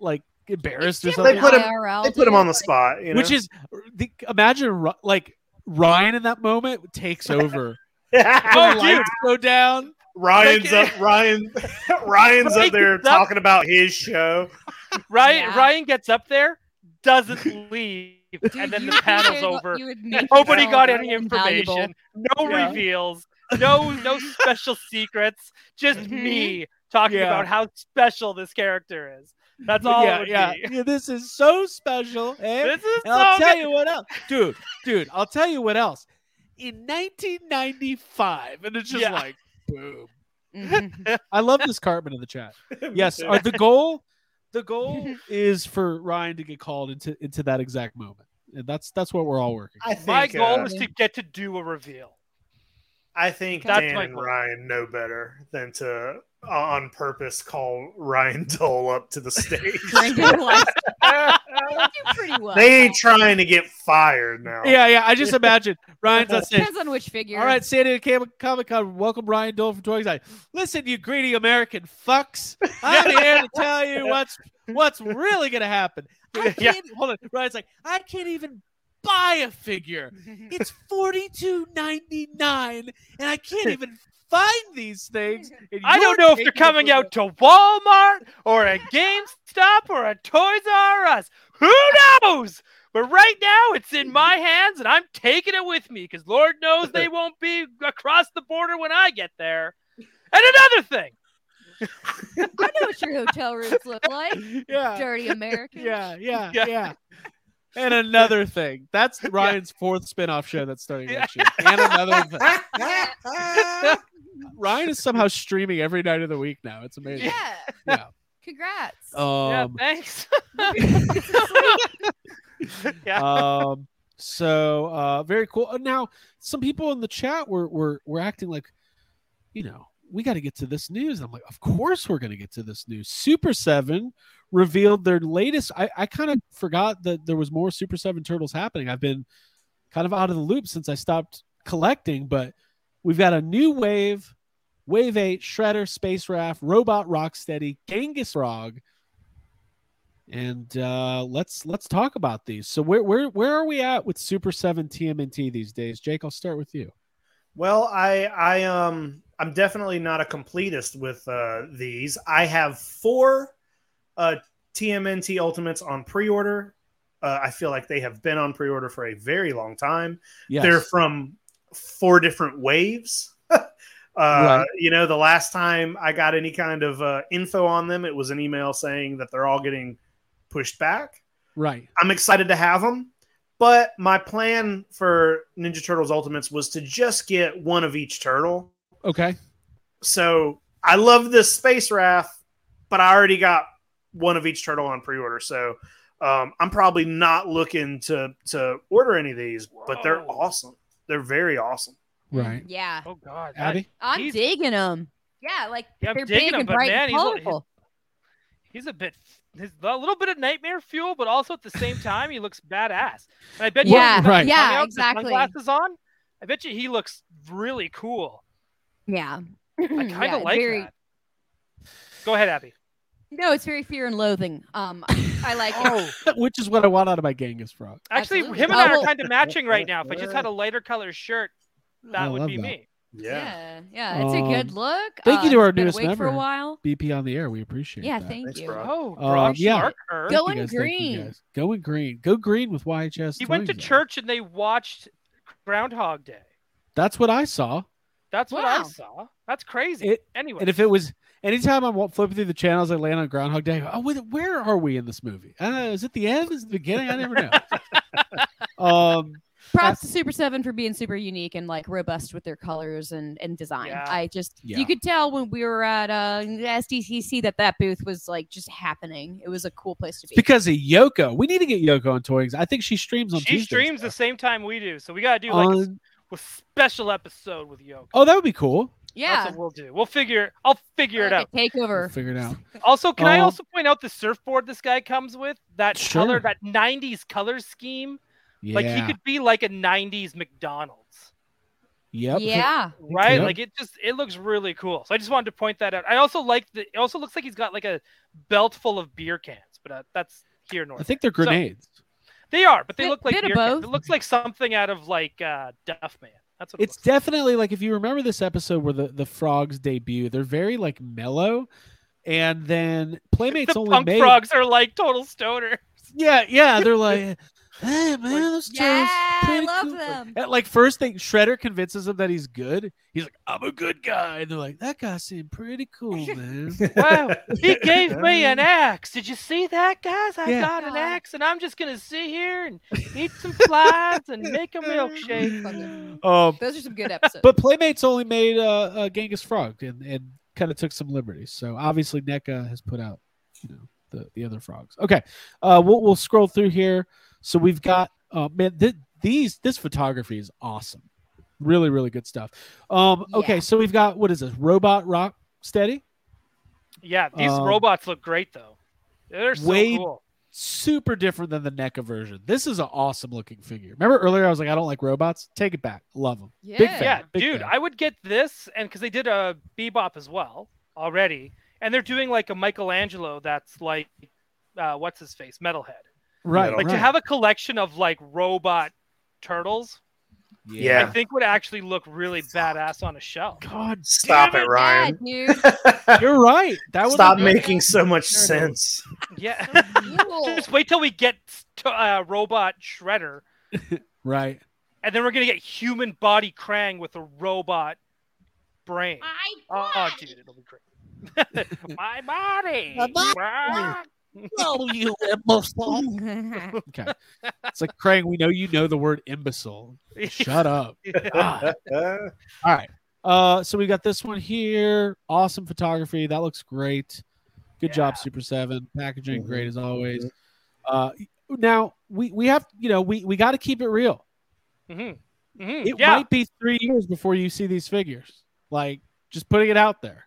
like embarrassed or It's something. They put him- IRL, They put him dude. on the spot. You know? Which is the, imagine Ru- like Ryan in that moment takes over. The Oh, dude. lights go down. Ryan's Like- up. Ryan. Ryan's up Ryan there gets up. talking about his show. Ryan Yeah. Ryan gets up there, doesn't leave, Dude, and then you the panel's needed- over. you would make Nobody yourself got any invaluable. information. No Yeah. reveals. No no special secrets. Just Mhm. me talking Mm-hmm. Yeah. about how special this character is. That's all it yeah, would yeah. be. yeah. This is so special. eh? This is And I'll so tell good. you what else, dude, dude. I'll tell you what else. In 1995, and it's just Yeah. like, boom. Mhm. I love this Cartman in the chat. Yes, uh, the goal, the goal is for Ryan to get called into into that exact moment. And that's that's what we're all working. I think My goal uh, is to get to do a reveal. I think That's Dan my and goal. Ryan know better than to uh, on purpose call Ryan Dole up to the stage. During your life. You do pretty well. they ain't trying to get fired now. Oh. Yeah, yeah. I just imagine Ryan's on stage. Depends on which figure. All right, San Diego Comic Con. Welcome, Ryan Dole from Toy Anxiety. Listen, you greedy American fucks. I'm here to tell you what's what's really gonna happen. I can't, Yeah. Hold on, Ryan's like, I can't even buy a figure. It's forty two ninety nine, and I can't even find these things. and I you're don't know if taking they're it coming for out to Walmart or a GameStop or a Toys R Us. Who knows? But right now, it's in my hands, and I'm taking it with me because Lord knows they won't be across the border when I get there. And another thing, I know what your hotel rooms look like. the- Yeah. Dirty American. Yeah, yeah, yeah, Yeah. And another thing, that's Ryan's fourth spin-off show that's starting next year. And another thing. Ryan is somehow streaming every night of the week now. It's amazing. Yeah. Yeah. Congrats. yeah, Um, thanks. yeah. um so uh very cool. Uh, Now some people in the chat were were were acting like, you know, we got to get to this news. I'm like, of course we're gonna get to this news. Super Seven revealed their latest. I, I kind of forgot that there was more Super Seven Turtles happening. I've been kind of out of the loop since I stopped collecting, but we've got a new wave, Wave Eight, Shredder, Space Raft, Robot Rocksteady, Genghis Rog, and uh, let's let's talk about these. So where where where are we at with Super Seven TMNT these days? Jake, I'll start with you. Well, I I um I'm definitely not a completist with uh, these. I have four uh, TMNT Ultimates on pre-order. Uh, I feel like they have been on pre-order for a very long time. Yes. They're from four different waves. uh, Right. You know, the last time I got any kind of uh, info on them, it was an email saying that they're all getting pushed back. right. I'm excited to have them. But my plan for Ninja Turtles Ultimates was to just get one of each turtle. Okay. So I love this space raft, but I already got one of each turtle on pre-order. So um, I'm probably not looking to to order any of these, but they're Whoa. awesome. They're very awesome. Right. Yeah. Oh God, that- Abby. I'm He's- digging them. Yeah, like Yeah, I'm they're digging big 'em, and but bright man, and he's a- he's- colorful. he's a bit, he's a little bit of nightmare fuel, but also at the same time, he looks badass. And I bet you, Yeah, when he Right. comes yeah, out with his exactly. Sunglasses on. I bet you he looks really cool. Mm, Yeah. I kind of like very, that. Go ahead, Abby. No, it's very fear and loathing. Um, I like it. Oh, Which is what I want out of my Genghis frog. actually, Absolutely. him and Oh, I well- are kind of matching right now. If I just had a lighter color shirt, that I would love be that. me. Yeah, yeah, it's a good Um, look. thank you Uh, to our it's been newest awake for member. a while. BP on the air. We appreciate. Yeah, that. thank Thanks, you. bro. Oh, Um, Brock yeah. Harker. Go- Thank Going guys, thank you green. guys. Going green. Go green with YHS. He went to Toys, though. church and they watched Groundhog Day. That's what I saw. That's what I Wow. saw. That's crazy. It, anyway, and if it was anytime I'm wa- flipping through the channels, I land on Groundhog Day. I go, Oh, wait, where are we in this movie? I don't know. Is it the end? Is it the beginning? I never know. um, Props to Super Seven for being super unique and like robust with their colors and and design. Yeah. I just Yeah. you could tell when we were at uh SDCC that that booth was like just happening. It was a cool place to be. because of Yoko. We need to get Yoko on Toyings. I think she streams on. she Tuesdays, streams though. Uh, the same time we do, so we gotta do like a s- On- a special episode with Yoke. oh, that would be cool. yeah, That's what we'll do. We'll figure. I'll figure it out. like a takeover. We'll figure it out. Also, can I Oh. also point out the surfboard this guy comes with? That Sure. color, that '90s color scheme. Yeah. Like he could be like a '90s McDonald's, Yep. Yeah, right? Yeah. Like it just it looks really cool. So I just wanted to point that out. I also like the. It also looks like he's got like a belt full of beer cans, but uh, that's here I north. think they're grenades. They are, but they Bit- look like bit of beer cans. both. It looks like something out of like uh, Duff Man. That's what it's it looks definitely like if you remember this episode where the the frogs debut, they're very like mellow, and then like. Playmates the only punk made frogs are like total stoner. Yeah, yeah. They're like, hey man, those shows. Yeah, I pretty love cool." them. At, like first thing, Shredder convinces him that he's good. He's like, "I'm a good guy," and they're like, "That guy seemed pretty cool, man." Wow, he gave me an axe. Did you see that, guys? I Yeah. got an God. axe, and I'm just gonna sit here and eat some flies and make a milkshake. Mm-hmm. um, Those are some good episodes. but Playmates only made uh, uh, Genghis Frog and, and kind of took some liberties. So obviously, NECA has put out you know the, the other frogs. Okay, uh, we'll we'll scroll through here. So we've got uh, man, th- these this photography is awesome, really really good stuff. Um, okay, Yeah. so we've got what is this robot rock steady? Yeah, these Um, robots look great though. They're so way- cool. super different than the NECA version. This is an awesome looking figure. Remember earlier I was like, I don't like robots. Take it back. Love them. yeah. big fan. Yeah, big dude, fan. I would get this, and because they did a bebop as well already, and they're doing like a Michelangelo that's like, uh, what's his face, metalhead. Right. Like to have a collection of like robot turtles, I Yeah. think would actually look really badass on a shelf. God, Stop it, Ryan. Yeah, dude. you're right. That was Stop be- making so much Sure it sense. Yeah. Cool. Just wait till we get to uh, robot shredder, right. and then we're gonna get human body Krang with a robot brain. Oh, dude, it'll be great. My body. My body. Rah. Oh, you imbecile. Okay. it's like Krang, we know you know the word imbecile. Shut up. God. All right. Uh, so we got this one here. Awesome photography. That looks great. Good job, Super Seven. Packaging great as always. Uh, now we we have you know we we got to keep it real. Mhm. Mhm. it Yeah. might be three years before you see these figures. Like just putting it out there.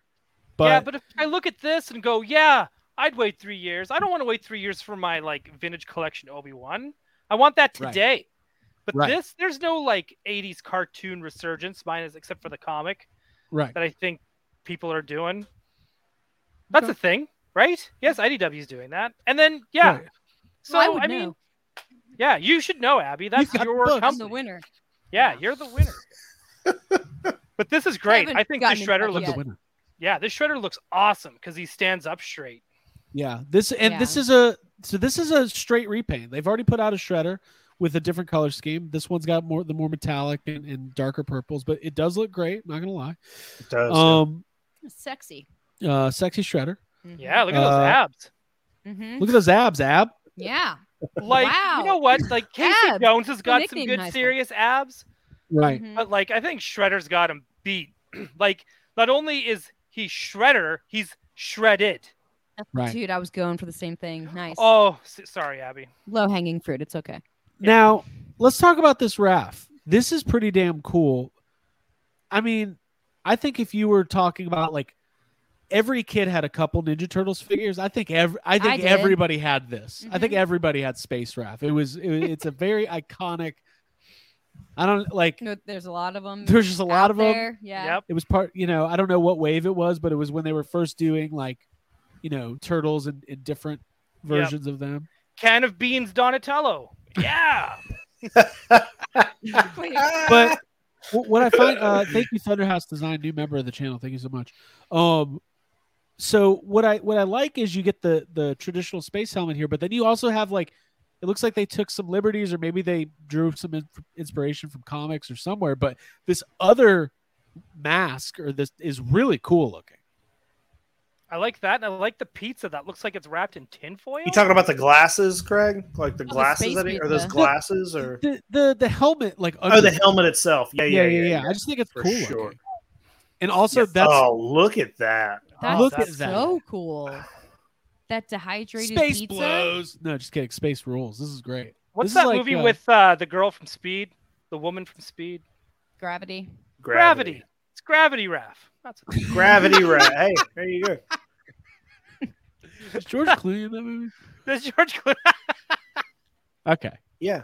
But, yeah, but if I look at this and go, yeah, I'd wait three years. I don't want to wait three years for my like vintage collection Obi Wan. I want that Right. today. But Right. this, there's no like '80s cartoon resurgence, minus except for the comic right. that I think people are doing. That's a thing, right? Yes, IDW is doing that. And then yeah, Right. so I I, would mean, know. yeah, you should know, Abby. That's got your the books. I'm company. the winner. Yeah, Yeah. you're the winner. but this is great. haven't I think the gotten in shredder touch looks. yet. The winner. Yeah, this shredder looks awesome because he stands up straight. Yeah. This and Yeah. this is a so this is a straight repaint. They've already put out a shredder with a different color scheme. This one's got more the more metallic and, and darker purples, but it does look great, not gonna lie. It does. Um Sexy. uh sexy shredder. Mhm. Yeah, look at those Uh, abs. Mhm. Look at those abs, ab. Yeah. Like wow. you know what? Like Casey Abs. Jones has Good got some nickname in high good school. serious abs, Right. Mhm. but like I think Shredder's got him beat. like not only is he Shredder, he's shredded. Right. Dude, I was going for the same thing. Nice. Oh, s- sorry, Abby. Low hanging fruit. It's okay. Now, let's talk about this raft. This is pretty damn cool. I mean, I think if you were talking about like every kid had a couple Ninja Turtles figures, I think every I think did. everybody had this. I think everybody had Space Raft. It was it, it's a very iconic. I don't like. No, there's a lot of them. There's just a lot of them. Mm-hmm. There. Yeah. Yep. It was part, you know, I don't know what wave it was, but it was when they were first doing like, you know, turtles and, and different Yep. versions of them. Can of beans, Donatello. Yeah. but wh- what I find, uh, thank you, Thunderhouse Design, new member of the channel. Thank you so much. Um, so what I what I like is you get the the traditional space helmet here, but then you also have like it looks like they took some liberties, or maybe they drew some in- inspiration from comics or somewhere. But this other mask or this is really cool looking. I like that, and I like the pizza that looks like it's wrapped in tinfoil. You talking about the glasses, Greg? Like Oh, the the glasses? space that he, are those pizza. glasses or The the the helmet like oh the under- helmet itself? Yeah, yeah, yeah. yeah. I just think it's For cool sure. looking. And also that's oh, look at that! That's Look that's- at that. so cool. That dehydrated space pizza. blows. No, just kidding. Space rules. This is great. What's This is that like, movie uh, with uh, the girl from Speed, the woman from Speed? Gravity. Gravity. It's Gravity Raff. That's what gravity, right? Hey, there you go. Is George Clooney in that movie? that's George Clooney. Okay. Yeah,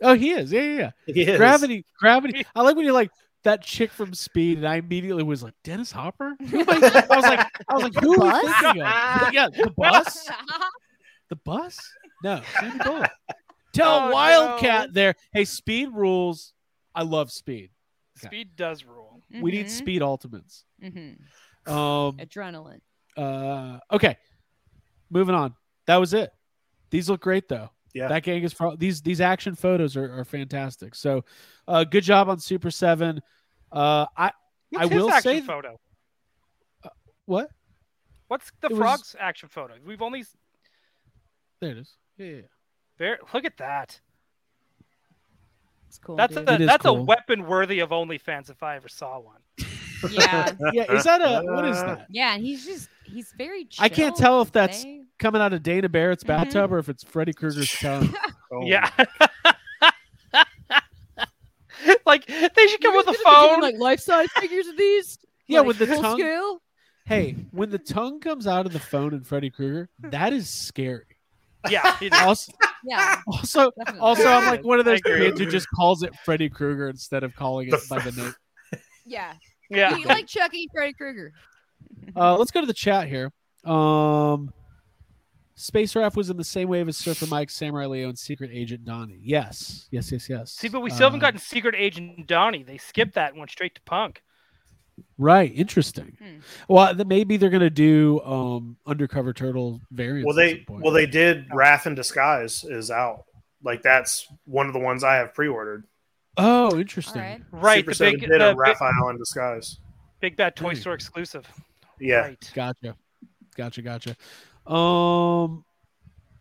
Oh, he is. Yeah, yeah, yeah. it is. Gravity, gravity. I like when you're like that chick from Speed, and I immediately was like Dennis Hopper. Who am I I was like, I was like, who are we Bus? thinking of? Yeah, the bus. Mm-hmm. The bus. No, Sandy Bullock. Tell Oh, Wildcat no. there. Hey, Speed rules. I love Speed. Okay. Speed does rule. We need Mhm, Speed Ultimates. mhm. Um. Adrenaline. Uh. Okay. Moving on. That was it. These look great though. Yeah. That gang is pro- these these action photos are, are fantastic. So, uh, good job on Super Seven. Uh, I What's I his will action say th- photo? what? What's the it was- frog's action photo? We've only s- There it is. Yeah, yeah, yeah. bare, look at that. It's cool. That's a, dude. Oh, It is that's a cool. weapon worthy of OnlyFans if I ever saw one. yeah, Yeah, is that a what is that yeah. And he's just he's very. Chill, I can't tell if that's- eh? coming out of Dana Barrett's Mm-hmm. Mhm. bathtub or if it's Freddy Krueger's tongue? Oh. Yeah. like they should come You're with a just gonna be doing, phone. like life size figures of these. Yeah, Like, with the full tongue. scale. Hey, when the tongue comes out of the phone in Freddy Krueger, that is scary. yeah. you know. Also, Yeah, also, definitely. also, I'm like one of those I agree. kids who just calls it Freddy Krueger instead of calling it The by the name. yeah. Yeah. You like Chucky, Freddy Krueger. Uh, let's go to the chat here. Um, Space Raf was in the same wave as Surfer Mike, Samurai Leo, and Secret Agent Donnie. Yes, yes, yes, yes. See, but we still Um, haven't Uh, gotten Secret Agent Donnie. They skipped that and went straight to Punk. right. Interesting. Hmm. Well, then maybe they're gonna do um undercover turtle variants. Well, at they some point. well they did. Wrath in Disguise is out. Like that's one of the ones I have pre-ordered. Oh, All interesting. right. Right. Super the Seven big, did the a Raphael in Disguise. big, big Bad Toy Hmm. Store exclusive. Yeah. Right. Gotcha. Gotcha. Gotcha. Um,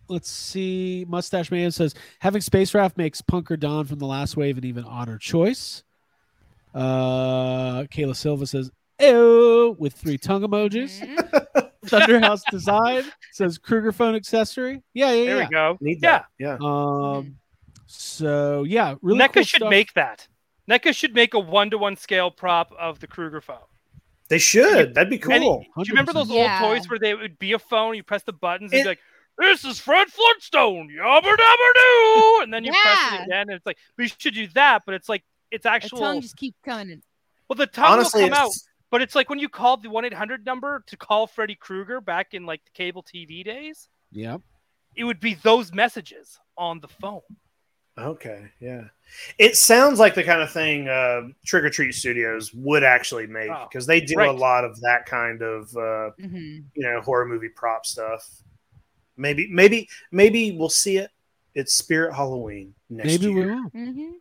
let's see. Mustache Man says having Space Raft makes Punker Don from the last wave an even odder choice. Uh, Kayla Silva says, Ew, with three tongue emojis. Mhm. Thunderhouse Design says Kruger phone accessory. Yeah, yeah, There yeah. we go. Need Yeah. that. Yeah. Um, so yeah, really. NECA cool should stuff. make that. NECA should make a one to one scale prop of the Kruger phone. They should. That'd be cool. And Do you remember those 100%. Yeah. old toys where they would be a phone, you press the buttons, and It- be like, this is Fred Flintstone, yabba dabba doo! And then you press Yeah. it again, and it's like, we should do that, but it's like, it's The actual. tongue just keep coming. In. well, the tongue Honestly, will come out, it's- but it's like when you called the 1 800 number to call Freddy Krueger back in like the cable TV days, Yeah. it would be those messages on the phone. okay. Yeah. It sounds like the kind of thing uh, Trick or Treat Studios would actually make Oh, because they do a right. lot of that kind of uh, Mhm. you know horror movie prop stuff. Maybe, maybe, maybe we'll see it. It's Spirit Halloween next Maybe year. we will. Mhm.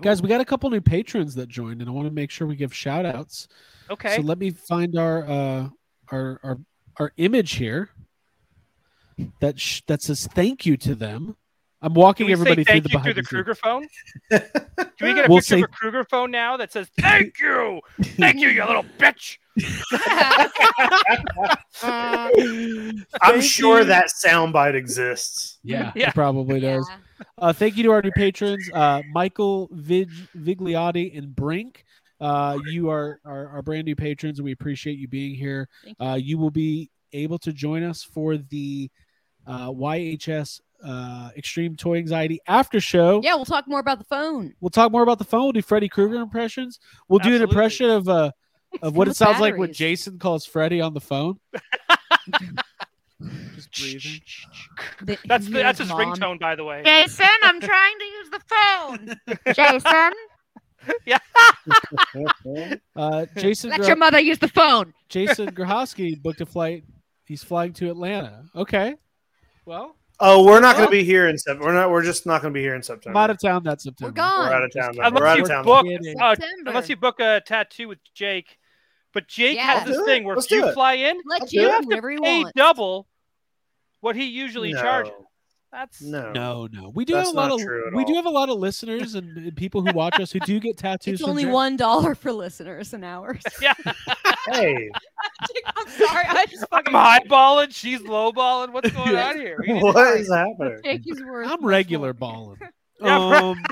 Guys, we got a couple new patrons that joined, and I want to make sure we give shout outs. Okay. So let me find our uh, our our our image here. That sh- that says thank you to them. I'm walking Can we everybody say thank through the you behind through the scenes. Kruger phone? Can we get a We'll say- picture of a Kruger phone now that says "Thank you, thank you, you little bitch"? Uh, I'm Thank sure you. that soundbite exists. Yeah, Yeah. it probably does. Yeah. Uh, thank you to our new patrons, uh, Michael Vig- Vigliotti and Brink. Uh, you are our, our brand new patrons, and we appreciate you being here. Thank Uh, you will be able to join us for the uh, YHS uh, Extreme Toy Anxiety after show. Yeah, we'll talk more about the phone. We'll talk more about the phone. We'll do Freddy Krueger impressions. We'll do an Absolutely. impression of uh, of what it With sounds like when batteries. Jason calls Freddy on the phone. Just breathing. The- That's the, that's his mom. ringtone, by the way. Jason, I'm trying to use the phone. Jason, Uh, Jason, let Gra- your mother use the phone. Jason Grahowski booked a flight. He's flying to Atlanta. Okay. Well, Oh, we're not going to be here in September. We're not. We're just not going to be here in September. I'm out of town that September. We're gone. We're out of town. Unless We're out you of town. book- Kidding. Uh, September. unless you book a tattoo with Jake, but Jake Yeah. has this Let's do it. thing where Let's if do you it. fly in, let Let's you do do it. whatever you pay want. double what he usually No, charges. That's No. No, no, we do That's have a lot not of true at we do all. have a lot of listeners and, and people who watch us who do get tattoos. It's from only Jared. one dollar for listeners an hour. Hey, I'm sorry, I just I'm fucking highballing, she's lowballing. What's going on here? We need- what is happening? Jake is worth much I'm more. regular balling. Yeah, right. Um,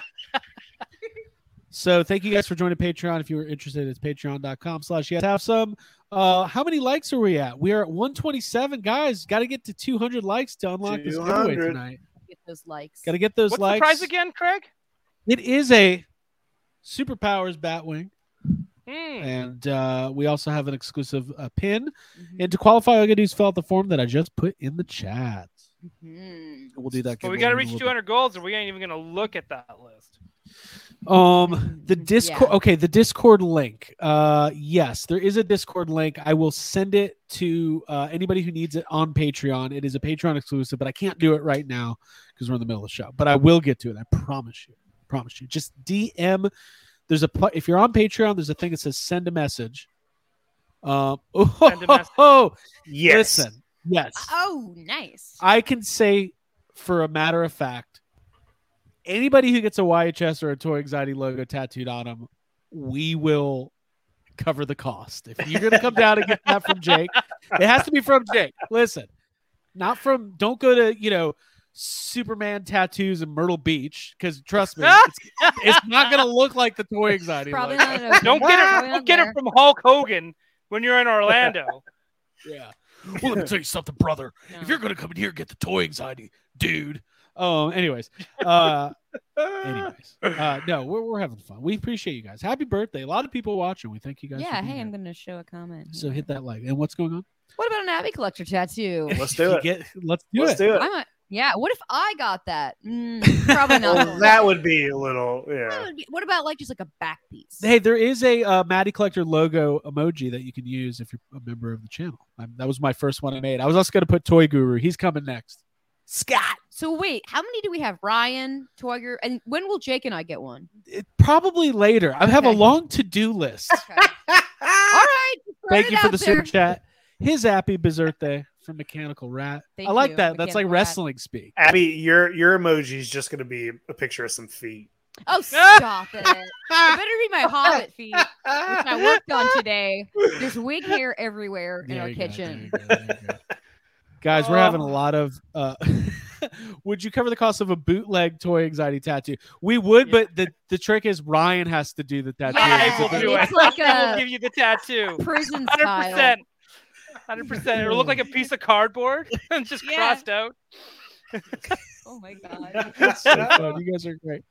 so thank you guys for joining Patreon. If you were interested, it's patreon.com slash yes have some. Uh, how many likes are we at? We are at 127, guys. Got to get to 200 likes to unlock this giveaway 200. tonight. Get those likes. Got to get those What's likes. the prize again, Craig? It is a superpowers Batwing, Hmm. and uh, we also have an exclusive uh, pin. Mhm. And to qualify, all you got to do is fill out the form that I just put in the chat. Mhm. We'll do that. But we giveaway got in to a reach little bit. 200 goals, or we ain't even going to look at that list. Um, the Discord. Yeah. Okay, the Discord link. Uh, yes, there is a Discord link. I will send it to uh, anybody who needs it on Patreon. It is a Patreon exclusive, but I can't do it right now because we're in the middle of the show. But I will get to it. I promise you. Promise you. Just DM. There's a pl- if you're on Patreon, there's a thing that says send a message. Um, oh, Send a message. Yes. listen, yes, Oh, nice. I can say for a matter of fact, anybody who gets a YHS or a Toy Anxiety logo tattooed on them, we will cover the cost. If you're going to come down and get that from Jake, it has to be from Jake. Listen, not from, don't go to, you know, Superman tattoos in Myrtle Beach because trust me, it's, it's not going to look like the Toy Anxiety Probably logo. not. an Don't get open- it. probably Don't not get there. it from Hulk Hogan when you're in Orlando. Yeah. Well, let me tell you something, brother. No. if you're gonna come in here and get the toy anxiety, dude. Oh, anyways, uh, anyways, uh, no, we're, we're having fun. We appreciate you guys. Happy birthday! A lot of people watching. We thank you guys. for yeah, being hey, I'm here. going to show a comment. So here. hit that like. And what's going on? What about an Abby collector tattoo? Let's do it. Get- let's do Let's it. do it. I might, yeah, what if I got that? Mm, probably not. Well, going. that would be a little, That yeah. would be- what about like just like a back piece? Hey, there is a uh, Maddie Collector logo emoji that you can use if you're a member of the channel. i that was my first one I made. I was also going to put Toy Guru. He's coming next. Scott. so wait, how many do we have? Ryan, Toyger, and when will Jake and I get one? It- probably later. I have a Okay. long to do list. Okay. All right. just throwing Thank it you for out the there. super chat. His happy birthday from Mechanical Rat. Thank I like you, that. That's like Mechanical Rat. wrestling speak. Abby, your your emoji is just going to be a picture of some feet. Oh, stop it. It better be my hobbit feet, which I worked on today. There's wig hair everywhere in There our you go, kitchen. there you go, there you go. Guys, we're having a lot of. Uh, would you cover the cost of a bootleg toy anxiety tattoo? We would, Yeah. but the, the trick is Ryan has to do the tattoo. Yeah, I will do it's it. like I a- will give you the tattoo. Prison Hundred style. percent. Hundred percent. It'll look like a piece of cardboard and just Yeah. crossed out. Oh my god. It's so fun. You guys are great.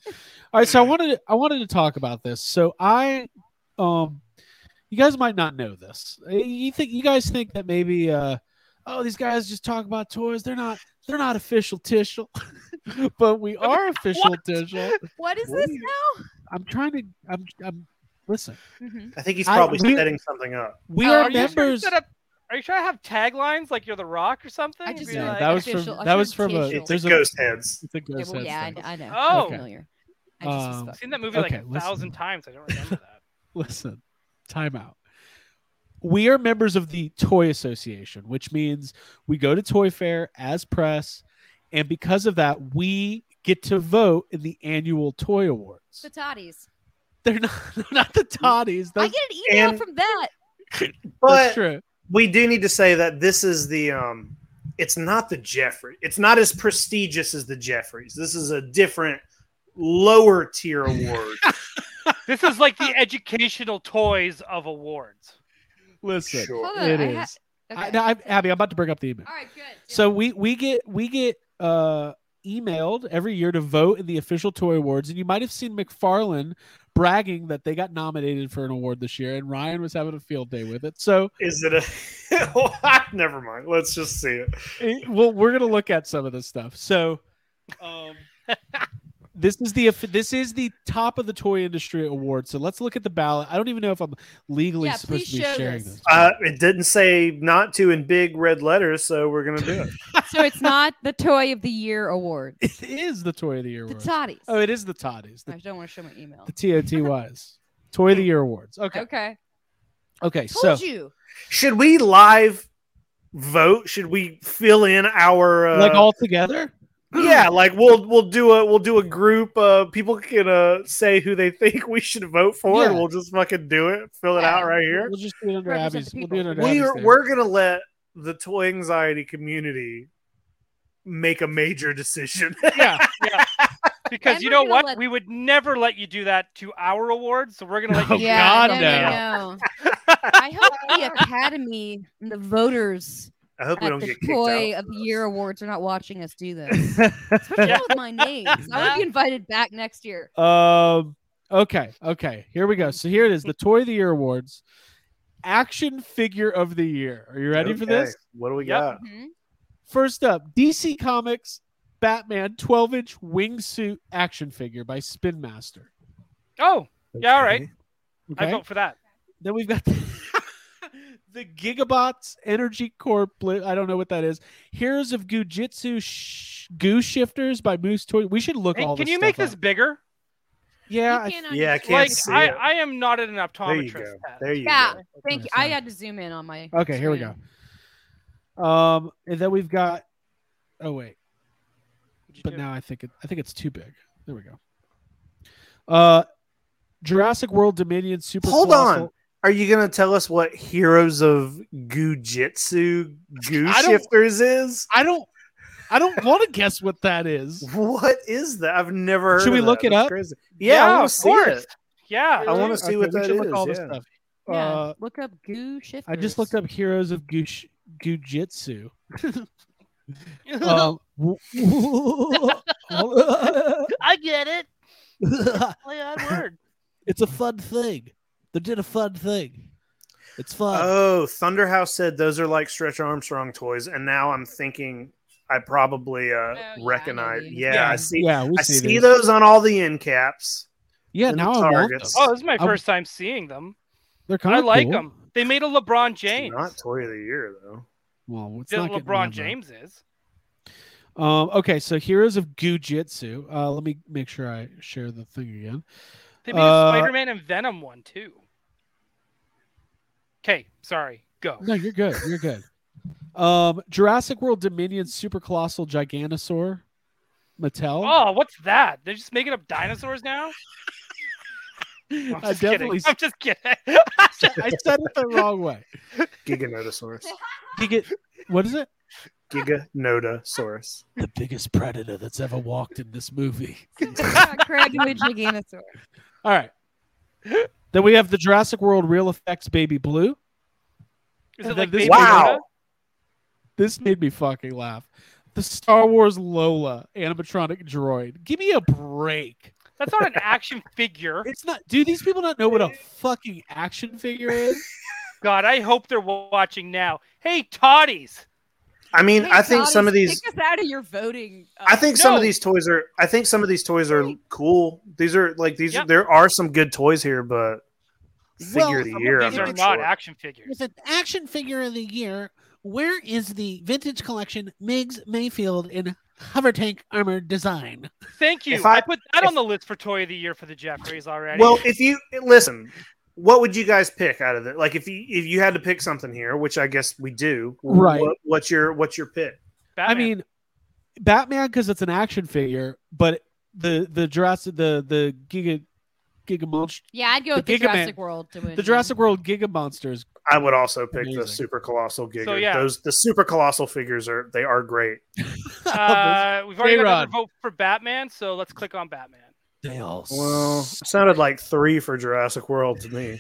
All right, so I wanted to, I wanted to talk about this. So I, um, you guys might not know this. Uh, You think you guys think that maybe, uh, oh, these guys just talk about toys. They're not they're not official Tishel, but we are official Tishel. What is this now? I'm trying to. I'm. I'm. Listen, Mhm. I think he's I- probably we- setting something up. we Oh, are, are you sure you members. Set up- are you trying to have taglines like you're the Rock or something? I Be just- No, like that was official- from that was official from a. Tishel. There's a Ghost heads. It's a ghost. Yeah, well, heads yeah, I, thing. I know. Oh. I'm familiar. I just was Um, fucking- I've seen that movie like Okay, a listen. thousand times. I don't remember that. listen, timeout. We are members of the Toy Association, which means we go to Toy Fair as press, and because of that, we get to vote in the annual Toy Awards. the Toddies. They're not, they're not the toddies. I That's, get an email and- from that. that's But true. we do need to say that this is the um it's not the Jeffrey. It's not as prestigious as the Jeffries. This is a different lower tier award. This is like the educational toys of awards. Listen, sure. Hold on, it I is. ha- I, Okay. no, I'm, Abby, I'm about to bring up the email. All right, good. So we we get we get uh emailed every year to vote in the official toy awards and you might have seen McFarlane bragging that they got nominated for an award this year and Ryan was having a field day with it. So Is it a never mind. Let's just see it. it- Eh, well we're going to look at some of this stuff. So um this is the offi- this is the top of the toy industry award. So let's look at the ballot. I don't even know if I'm legally Yeah, supposed to please be show sharing this. this. Uh, it didn't say not to in big red letters, so we're gonna do it. so it's not the Toy of the Year award. it is the toy of the year The award. Toddies. oh, it is the toddies. I The, don't want to show my email. the TOTYs. toy of the year awards. Okay. Okay. Okay, so Told you. Should we live vote? Should we fill in our uh, like all together? yeah like we'll we'll do a we'll do a group uh people can uh say who they think we should vote for and Yeah. we'll just fucking do it fill it Yeah. out right here We'll just do it under Represent Abby's. the We'll do it people. under we Abby's are thing. we're gonna let the toy anxiety community make a major decision Yeah, yeah. Because And you we're know gonna what? let- We would never let you do that to our awards, so we're gonna let Oh, you. yeah, God, no, no, no. I hope the Academy and the voters i hope we at don't the get kicked Toy out of the Year awards are not watching us do this. Especially Yeah. not with my name. 'cause I would be invited back next year. Um. Okay. Okay. Here we go. So here it is: the Toy of the Year awards, action figure of the year. Are you ready for Okay, this? what do we Yep. got Mhm. First up, DC Comics Batman 12-inch wingsuit action figure by Spin Master. Oh, Yeah, all right. Okay. I vote for that. Then we've got the, Gigabots Energy Corp. I don't know what that is. Heroes of Gujitsu sh- Goo Shifters by Moose Toy. We should look Hey, all can this you make stuff this up. bigger? Yeah, I- can't Yeah, I understand. can't Like see I, it. I am not an There you go. optometrist. Pat. There you Yeah, go. thank you. I had to zoom in on my. Okay, here we go. Um, and then we've got. Oh wait, What'd you but do? now I think it, I think it's too big. There we go. Uh, Jurassic World Dominion Super. Hold Colossal- on. Are you gonna tell us what Heroes of Gujitsu Goo I don't- Shifters is? I don't. I don't want to guess what that is. What is that? I've never heard Should of we that. look it That's up? Crazy. Yeah, I Yeah, wanna of see course. it. Yeah. I wanna see Okay, what we that should look is, all this yeah. stuff. Yeah, Uh, look up goo shifters. I just looked up Heroes of Gush- Gujitsu. um, I get it. Play that word. It's a fun thing. They did a fun thing. It's fun. Oh, Thunderhouse said those are like Stretch Armstrong toys, and now I'm thinking I probably uh, Oh, yeah, I know recognize. these. Yeah, I Yeah, see. yeah, we I see, see, these. those on all the end caps. Yeah, and the now I want them. targets. Oh, this is my I'm- first time seeing them. They're kind I of like cool. them. They made a LeBron James. It's not toy of the year though. Well, it's Did not getting LeBron around that. James is. Um, okay, so Heroes of Gujitsu. Uh, let me make sure I share the thing again. They made Uh, a Spider-Man and Venom one too. Okay, sorry. Go. No, you're good. You're good. Um, Jurassic World Dominion Super Colossal Giganosaur Mattel. Oh, what's that? They're just making up dinosaurs now? I'm I just definitely kidding. I'm just kidding. I said it the wrong way. Giganotosaurus. Giga, what is it? Giganotosaurus. the biggest predator that's ever walked in this movie. Craig the Giganosaur. All right. Then we have the Jurassic World Real Effects Baby Blue. Is And then it like this- Baby Wow. This made me fucking laugh. The Star Wars Lola animatronic droid. Give me a break. Yoda? That's not an action figure. It's not. Do these people not know what a fucking action figure is? God, I hope they're wa- watching now. Hey, Toddies. I mean, Hey, I think God, some of these. Take us out of your voting. uh, I think some No. of these toys are. I think some of these toys are cool. These are like these. Yep. There are some good toys here, but figure Well, of the some of year. I'm These are not not sure. action figures. With an action figure of the year, where is the vintage collection Miggs Mayfield in hover tank armor design? Thank you. If I, I- put that if- on the list for toy of the year for the Jeffries already. Well, if you listen, what would you guys pick out of it? Like, if you if you had to pick something here, which I guess we do, Right. What, what's your what's your pick? I Batman. mean, Batman because it's an action figure, but the the Jurassic the the Giga Giga Monst- yeah, I'd go the with the Giga Man- Jurassic World to win. the Jurassic World Giga Monster is I would also pick Amazing. the super colossal giga. So, yeah. Those the super colossal figures are they are great. uh, we've already got another J-Rod. vote for Batman, so let's click on Batman. They all Well, sounded like three for Jurassic World to me.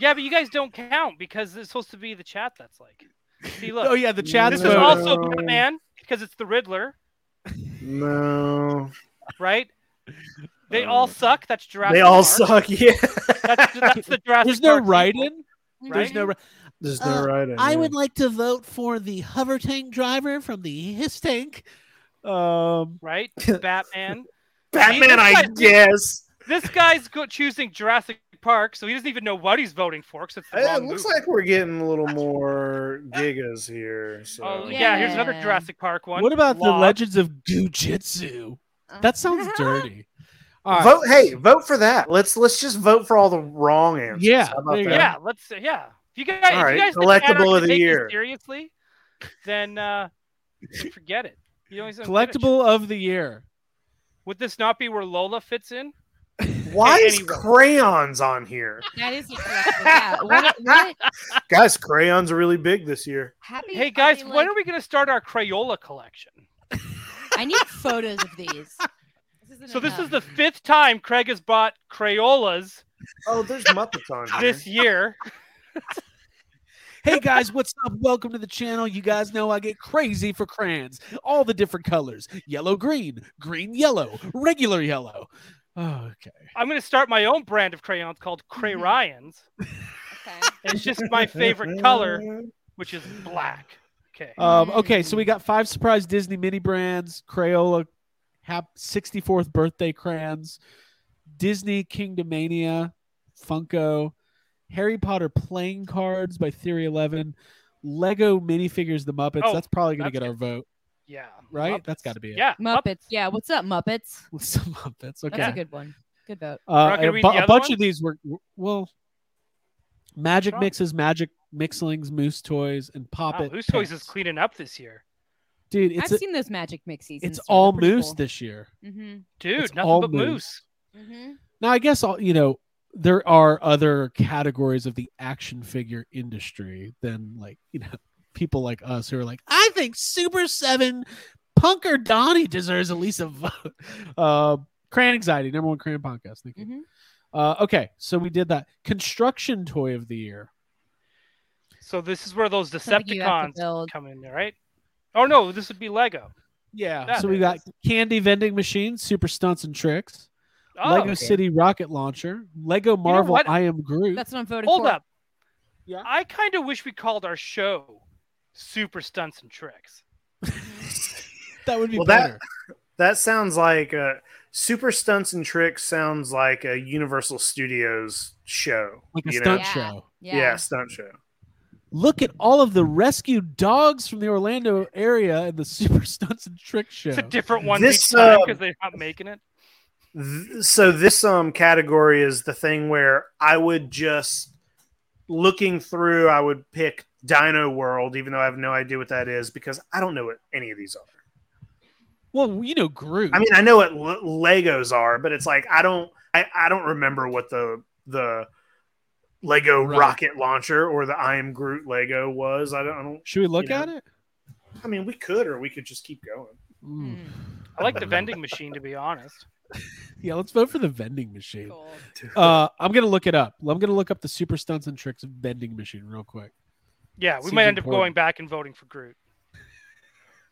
Yeah, but you guys don't count because it's supposed to be the chat that's like. See, look. Oh yeah, the chat This is No. also Batman because it's the Riddler, No, right? They all suck. That's Jurassic. they Park. all suck. Yeah, That's, that's the Jurassic. There's no Park sequel. write-in. There's Mm-hmm. Right? no. ri- there's Uh, no right. I would like to vote for the hover tank driver from the his tank. Um, Right, Batman. Batman, I guess. This guy's go- choosing Jurassic Park, so he doesn't even know what he's voting for because it's the It wrong looks movie. like we're getting a little more gigas here. So. Oh yeah. here's another Yeah. Jurassic Park one. what about the Lost. Legends of Gujitsu? That sounds dirty. All right. Vote, hey, vote for that. Let's let's just vote for all the wrong answers. Yeah, How about there you go. that? Yeah, let's say yeah. If you guys, All right, if you guys think Pat collectible Arkin of takes the this year. seriously, then uh, then forget it. You always Collectible of the year. Would this not be where Lola fits in? Why is Anyway. crayons on here? That is incorrect, yeah. What, what, Guys, crayons are really big this year. happy, Hey guys, I when are we going to start our Crayola collection? I need photos of these. This isn't So this enough. is the fifth time Craig has bought Crayolas Oh, there's Muppets on here. this year. Hey guys, what's up? Welcome to the channel. You guys know I get crazy for crayons. All the different colors yellow, green, green, yellow, regular yellow. Oh, okay. I'm going to start my own brand of crayons called Mm-hmm. Crayryan's. Okay. And It's just my favorite color, which is black. Okay. Um, okay, so we got five surprise Disney mini brands Crayola hap- 64th birthday crayons, Disney Kingdomania, Funko, Harry Potter playing cards by Theory Eleven, Lego minifigures the Muppets. Oh, that's probably gonna that's get our it. vote, Yeah. right? Muppets. That's got to be it. Yeah. Muppets. Muppets. Yeah, what's up, Muppets? some Muppets. Okay, That's a good one. Good vote. Uh, Rocket, a, read bu- the a other bunch one? of these were well. Magic Wrong. mixes, magic mixlings, moose toys, and pop Wow, it. Who's Toys is packs. cleaning up this year, Dude, it's I've a- seen those magic mixies. it's all moose this year. Mm-hmm. dude? It's all nothing but moose. moose. Mm-hmm. Now, I guess all you know, there are other categories of the action figure industry than like you know people like us who are like, I think Super Seven Punker Donnie deserves at least a vote. Uh, Cran anxiety, number one Cran podcast. Thank you. Mhm. Uh, okay, so we did that. Construction toy of the year. So this is where those Something you have to Decepticons build. come in, right? Oh no, this would be Lego. Yeah. Yeah, so we there got it candy vending machines, super stunts and tricks, Oh, Lego City rocket launcher, Lego know Marvel what? I Am Groot. That's what I'm voting hold for. up. Yeah. I kind of wish we called our show "Super Stunts and Tricks." that would be Well, that- better. That sounds like uh, Super Stunts and Tricks sounds like a Universal Studios show. like a you know? stunt Yeah. show. Yeah. yeah, stunt show. Look at all of the rescued dogs from the Orlando area and the super stunts and trick show. It's a different one This, each time um, because they're not making it. Th- so this um category is the thing where I would just looking through, I would pick Dino World, even though I have no idea what that is because I don't know what any of these are. well, you know Groot. I mean, I know what Le- Legos are, but it's like I don't, I, I don't remember what the the Lego Right. rocket launcher or the I am Groot Lego was. I don't, I don't. should we look you know. at it? I mean, we could, or we could just keep going. Mm. Hmm. I like the vending machine, to be honest. Yeah, let's vote for the vending machine. Cool. Uh, I'm gonna look it up. I'm gonna look up the super stunts and tricks vending machine real quick. Yeah, we Seems might end up important. going back and voting for Groot.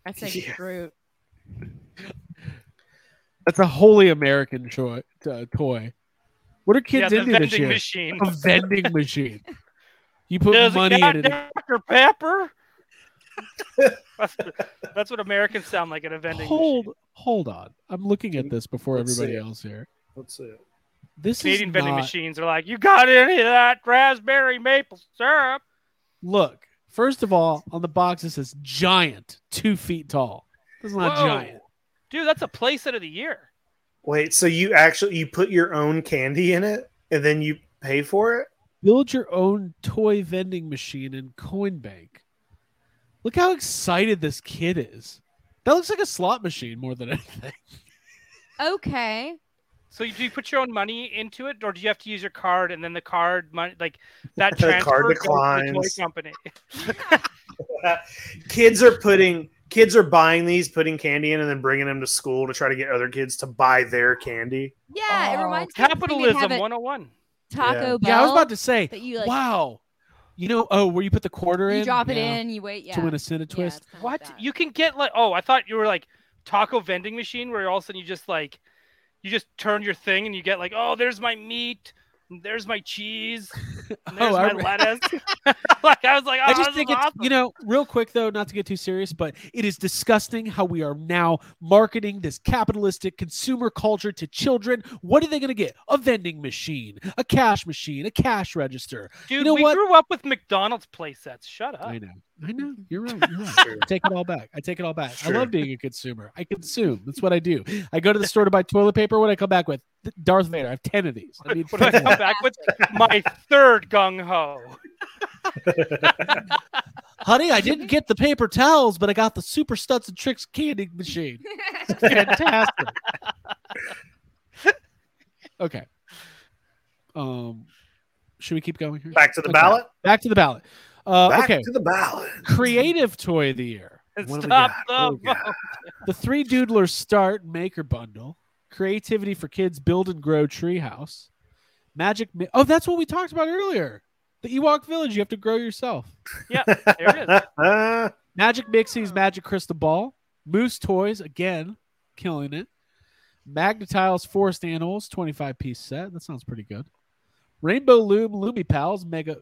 I say Yeah. Groot. That's a wholly American choi- uh, toy. What are Yeah, kids the into this vending year? machine. A vending machine. You put Does money it got in it. Dr. Pepper? that's, that's what Americans sound like at a vending Hold, machine. hold on. I'm looking at this before Let's see everybody it. else here. Let's see. It. This Canadian is vending not- machines are like, you got any of that raspberry maple syrup? Look, first of all, on the box it says giant, two feet tall. That's not Whoa. giant. Dude, that's a playset of the year. Wait, so you actually you put your own candy in it, and then you pay for it? Build your own toy vending machine in Coinbank. Look how excited this kid is. That looks like a slot machine more than anything. Okay. So you, do you put your own money into it, or do you have to use your card and then the card money like that The transfer card goes to the declines. toy company? kids are putting kids are buying these, putting candy in, and then bringing them to school to try to get other kids to buy their candy. Yeah, it reminds me of the thing they Capitalism have at 101. Taco Bell. yeah, I was about to say, that you like wow. You know, oh, where you put the quarter in? you drop it Yeah. in, you wait, yeah. To win a Cine Yeah, it's twist. kinda like What? that. You can get like oh, I thought you were like taco vending machine where all of a sudden you just like you just turn your thing and you get like, oh, there's my meat, and there's my cheese, and there's Oh, I my re- lettuce. like I was like, I oh, just this think is it's awesome. you know, real quick though, not to get too serious, but it is disgusting how we are now marketing this capitalistic consumer culture to children. What are they going to get? A vending machine, a cash machine, a cash register. dude, know we what? grew up with McDonald's playsets. Shut up. I know, I know. You're right. You're right. I take it all back. I take it all back. Sure. I love being a consumer. I consume. That's what I do. I go to the store to buy toilet paper. What do I come back with? Darth Vader. I have ten of these. I need What do I ten more. come back with my third gung ho. honey. I didn't get the paper towels, but I got the super studs and tricks candy machine. fantastic. okay. Um, should we keep going here? Back to the Okay. ballot. Back to the ballot. Uh, Back okay. to the ballot. Creative toy of the year. What do we Stop got? the What do we got? vote. The three doodlers start maker bundle. Creativity for kids build and grow treehouse. Magic. Mi- oh, that's what we talked about earlier. The Ewok village. You have to grow yourself. There it Magic Mixies, Magic Crystal Ball, Moose Toys, again, killing it. Magnetiles Forest Animals, 25 piece set. That sounds pretty good. Rainbow Loom, Loomy Pals, Mega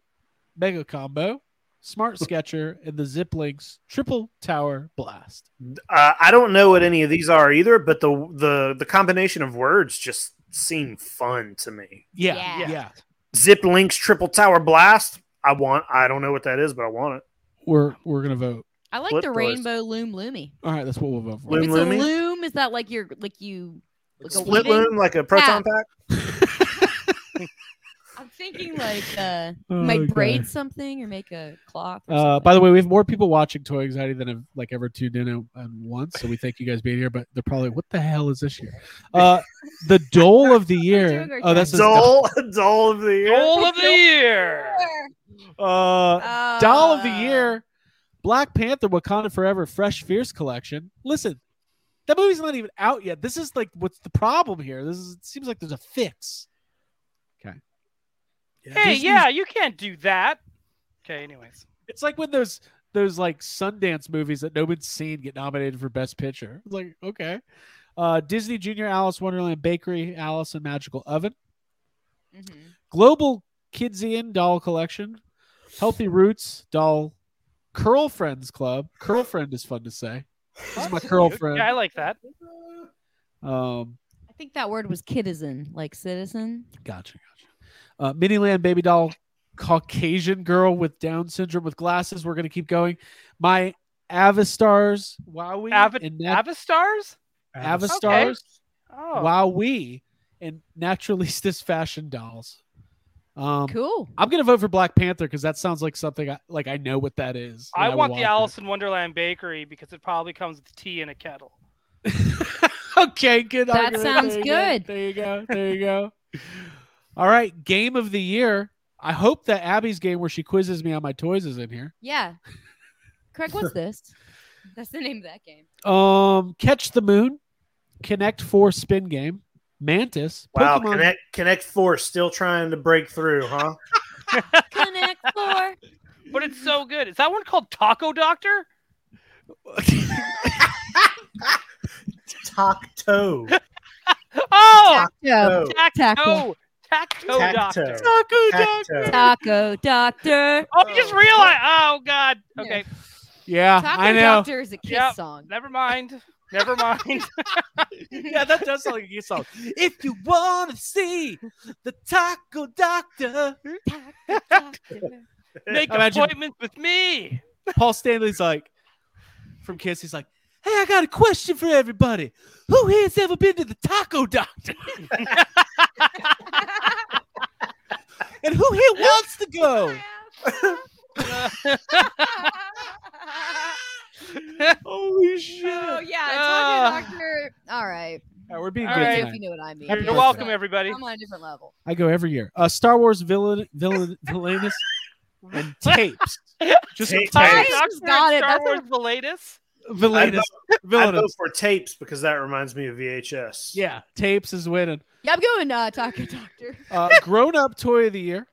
Mega Combo, Smart Sketcher, and the Zip Links Triple Tower Blast. is. Uh, I don't know what any of these are either, but the the the combination of words just seemed fun to me. Yeah, Yeah. yeah. Zip Link's Triple Tower Blast. I want. I don't know what that is, but I want it. We're we're gonna vote. I like Flip the doors. rainbow loom loomy. All right, that's what we'll vote for. Loom it's loomy? a loom. Is that like your like you? Like a Split weaving? loom like a proton pack. I'm thinking like uh, Oh, might okay. braid something or make a clock. or Uh, something. by the way, we have more people watching Toy Anxiety than have like ever tuned in at, at once. So we thank you guys being here. But they're probably what the hell is this year? Uh, the dole of the doing year. our Oh, that's a Dole, Dole of the year. Goal of the year. Uh, Uh, doll of the year, Black Panther: Wakanda Forever, Fresh Fierce Collection. Listen, that movie's not even out yet. This is like what's the problem here? This is, it seems like there's a fix. Okay. Hey, Disney's- yeah, you can't do that. Okay, anyways. It's like when those those like Sundance movies that nobody's seen get nominated for Best Picture. It's like okay, uh, Disney Junior Alice Wonderland Bakery, Alice and Magical Oven, Mhm. Global Kidsian Doll Collection, Healthy Roots Doll, Curl Friends Club. Curl Friend is fun to say. This is my curl friend. Yeah, I like that. Um, I think that word was kitizen, like citizen. gotcha, gotcha. Uh, Miniland Baby Doll, Caucasian girl with Down syndrome with glasses. We're gonna keep going. My Avastars, Wowie, Ava- and Nat- Avastars? Avastars, Oh. Wowie, and Naturalistas fashion dolls. Um, Cool. I'm gonna vote for Black Panther because that sounds like something I, like I know what that is. and I will want watch the it. Alice in Wonderland bakery because it probably comes with tea in a kettle. okay, good. That argument. sounds There you good. Go. There you go. There you go. All right, game of the year. I hope that Abby's game where she quizzes me on my toys is in here. Yeah. Craig, what's this? That's the name of that game. Um, Catch the Moon, Connect Four Spin Game, Mantis, Wow, Pokemon, Connect Connect Four still trying to break through, huh? Connect four. But it's so good. Is that one called Taco Doctor? Tocto. Oh, Taco. Taco. Taco. Taco Doctor. Oh, Tacto. Tacto. Taco doctor. Oh, you just realized. Oh, God. Yeah. Okay. Yeah, Taco I know. doctor is a kiss Uh, Yep. song. Never mind. Never mind. Yeah, that does sound like a good song. If you want to see the Taco Doctor, Taco doctor. Make Imagine- appointments with me. Paul Stanley's like from Kiss. He's like, "Hey, I got a question for everybody. Who here's ever been to the Taco Doctor? and who here wants to Oh. go?" Holy shit! oh yeah, Ah. Taco doctor. All right. Yeah, we're being All good right. If tonight. you know what I mean. Happy You're birthday. welcome, everybody. I'm on a different level. I go every year. Uh, Star Wars villain, villain, villainous, and tapes. Just tapes. Tapes. Tapes. Doctor and Got it. Star That's Wars the latest. I vote, villainous, I vote villainous. for tapes because that reminds me of VHS. Yeah, tapes is winning. Yeah, I'm going uh, Taco Doctor. Uh, grown up toy of the year.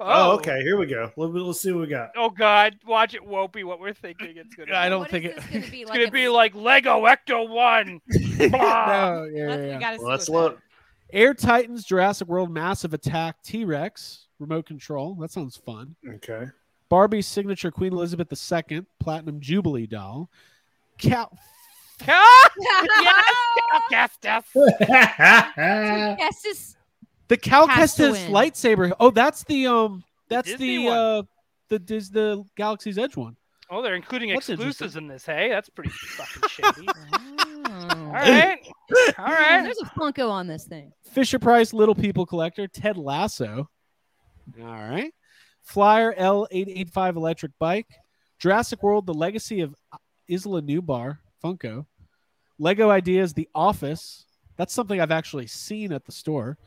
Oh, okay. Here we go. Let, let's see what we got. Oh God, watch it won't be what we're thinking it's gonna. I be. don't What is think it- this gonna be It's like. gonna be like Lego Ecto One. Blah. No, yeah, yeah, yeah. gotta see Let's what that look. Air Titans, Jurassic World, Massive Attack, T Rex, Remote Control. That sounds fun. Okay. Barbie's signature Queen Elizabeth II Platinum Jubilee doll. Cow. Ah, yes, yes, yes. That's Yes, this- The Cal Has to Kestis win. lightsaber. Oh, that's the um. That's Disney the one. uh. The Dis the Galaxy's Edge one. Oh, they're including What's exclusives in this. Hey, that's pretty fucking shady. All Wow. right, all right. Man, There's a Funko on this thing. Fisher Price Little People Collector. Ted Lasso. All right. Flyer L eight eight five electric bike. Jurassic World: The Legacy of Isla Nublar Funko. Lego Ideas: The Office. That's something I've actually seen at the store,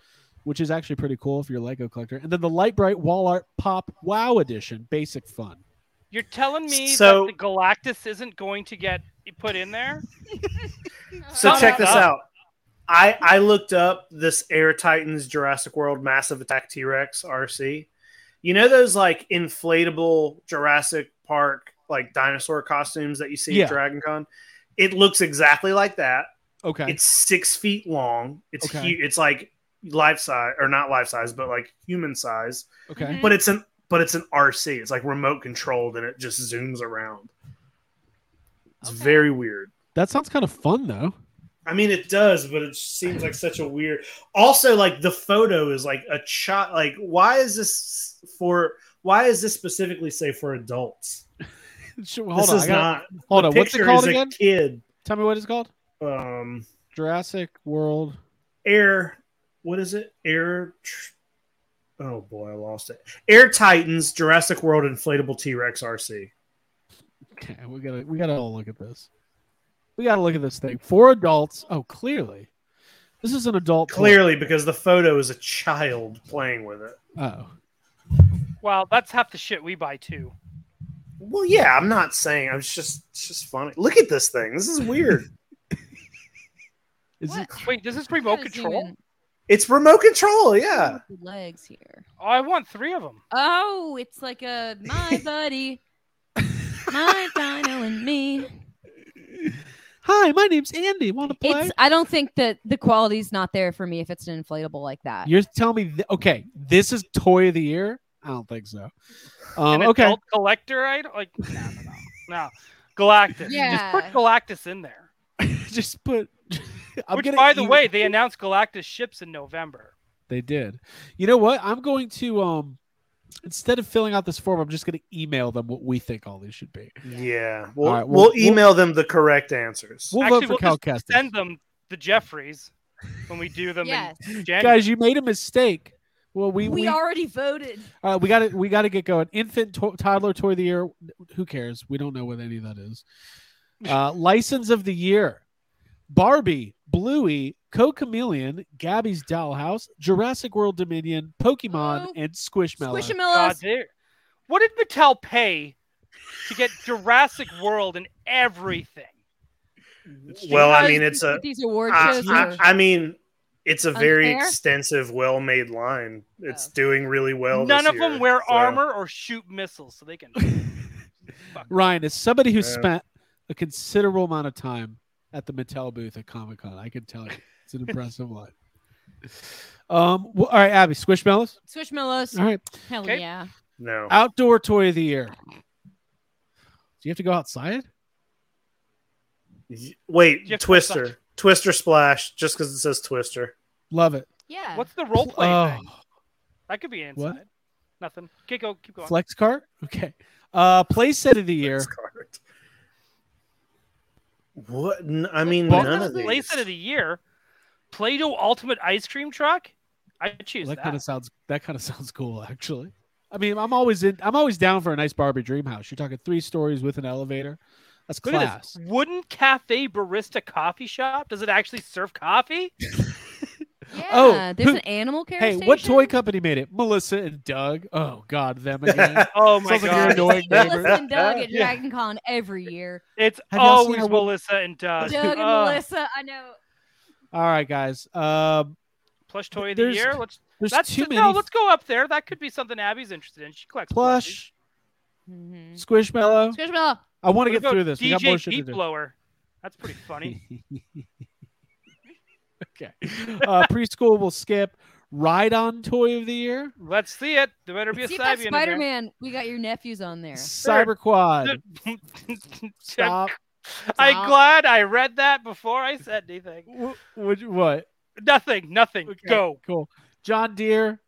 which is actually pretty cool if you're a Lego collector. And then the Light Bright Wall Art Pop Wow Edition, basic fun. You're telling me So- that the Galactus isn't going to get put in there? So Sum check it this up. out. I I looked up this Air Titans Jurassic World Massive Attack T Rex RC. You know those like inflatable Jurassic Park like dinosaur costumes that you see Yeah. at Dragon Con? It looks exactly like that. Okay. It's six feet long. It's Okay. hu- it's like life size or not life size, but like human size. okay. But it's an but it's an RC. It's like remote controlled and it just zooms around. It's Okay. very weird. That sounds kind of fun though. I mean, it does, but it seems like such a weird. Also, like the photo is like a child. Like, why is this for? Why is this specifically say for adults? Sure, hold this on, is I gotta- not. hold on. What's Picture it called is a again? kid. Tell me what it's called. Um, Jurassic World. air. What is it? Air. tr- Oh boy, I lost it. Air Titans, Jurassic World, inflatable T Rex RC. Okay, we gotta we gotta all look at this. We gotta look at this thing for adults. Oh, clearly, this is an adult. toy. Clearly, because the photo is a child playing with it. Oh, Well, that's half the shit we buy too. Well, yeah, I'm not saying. I'm just, it's just funny. Look at this thing. This is weird. is What? it? Wait, this is Gotta remote zoom control? in. It's remote control. Yeah. With the Legs here. Oh, I want three of them. Oh, it's like a my buddy, my dino and me. Hi, my name's Andy. Want to play? It's. I don't think that the quality's not there for me if it's an inflatable like that. You're telling me, th- okay, this is toy of the year? I don't think so. Um, An okay, adult collector item? Like, no, no, no, no. Galactus. Just put Yeah. Galactus in there. just put. I'm Which, gonna by the eat- way, they announced Galactus ships in November. they did. You know what? I'm going to um, instead of filling out this form, I'm just going to email them what we think all these should be. Yeah. We'll, All right, we'll, we'll- email them the correct answers. We'll Actually, vote for we'll just Calcast. Send them the Jeffries when we do them Yes. in January. Guys, you made a mistake. Well, we We, we, already voted. uh, we got to we got to get going. Infant to- toddler toy of the year. Who cares? We don't know what any of that is. Uh, license of the year: Barbie, Bluey, Co Chameleon, Gabby's Dollhouse, Jurassic World Dominion, Pokemon, Oh, and Squishmallow. God, Squishmallows. dear. What did Mattel pay to get Jurassic World and everything? well, I Guys, mean, it's look a. Ah, at these award I, shows. I, are- I mean, it's a very Unfair? extensive, well-made line. It's Oh. doing really well. None this of them year, wear so- armor or shoot missiles, so they can. Ryan, as somebody who Yeah. spent a considerable amount of time at the Mattel booth at Comic Con, I can tell you it's an impressive line. Um, wh- all right, Abby, Squishmallows. Squishmallows. All right, Hell Okay. yeah. No. outdoor toy of the year. Do you have to go outside? You have Wait, to suck. Twister, Twister Splash, just because it says Twister. Love it. Yeah. What's the role play? oh, thing? That could be inside. What? Nothing. Keep go. Keep going. flex cart. Okay. Uh, play set of the year. It's card. What? N- I mean, Well, none that's of the these. Place of the year. Play-Doh Ultimate Ice Cream Truck. I choose That that. kind of sounds. That kind of sounds cool, actually. I mean, I'm always in. I'm always down for a nice Barbie dream house. You're talking three stories with an elevator. That's Look at class. this wooden cafe barista coffee shop. Does it actually serve coffee? Yeah, Oh, there's who- an animal care Hey, what toy station. company made it? Melissa and Doug. Oh God, them again. Oh my Sounds like you're god! annoying Melissa neighbor. and Doug at Yeah. Dragon Con every year. It's Have y'all seen always how well- Melissa and Doug. Doug and Uh, Oh, Melissa, I know. All right, guys. Um, Plush toy of the There's- year. Let's there's that's too many no. Let's go up there. That could be something Abby's interested in. She collects plushies. plush, Mm-hmm. Squishmallow. Squishmallow. I want to What get about through this. DJ We got more shit to Deep do. Blower. That's pretty funny. okay. Uh, preschool will skip. Ride on toy of the year. Let's see it. There better be a See if that's Cybian in there. Spider Man. We got your nephews on there. Cyber quad. Stop. I'm glad I read that before I said anything. Wh- Would you- what? Nothing, nothing. Okay, Go. Cool. John Deere.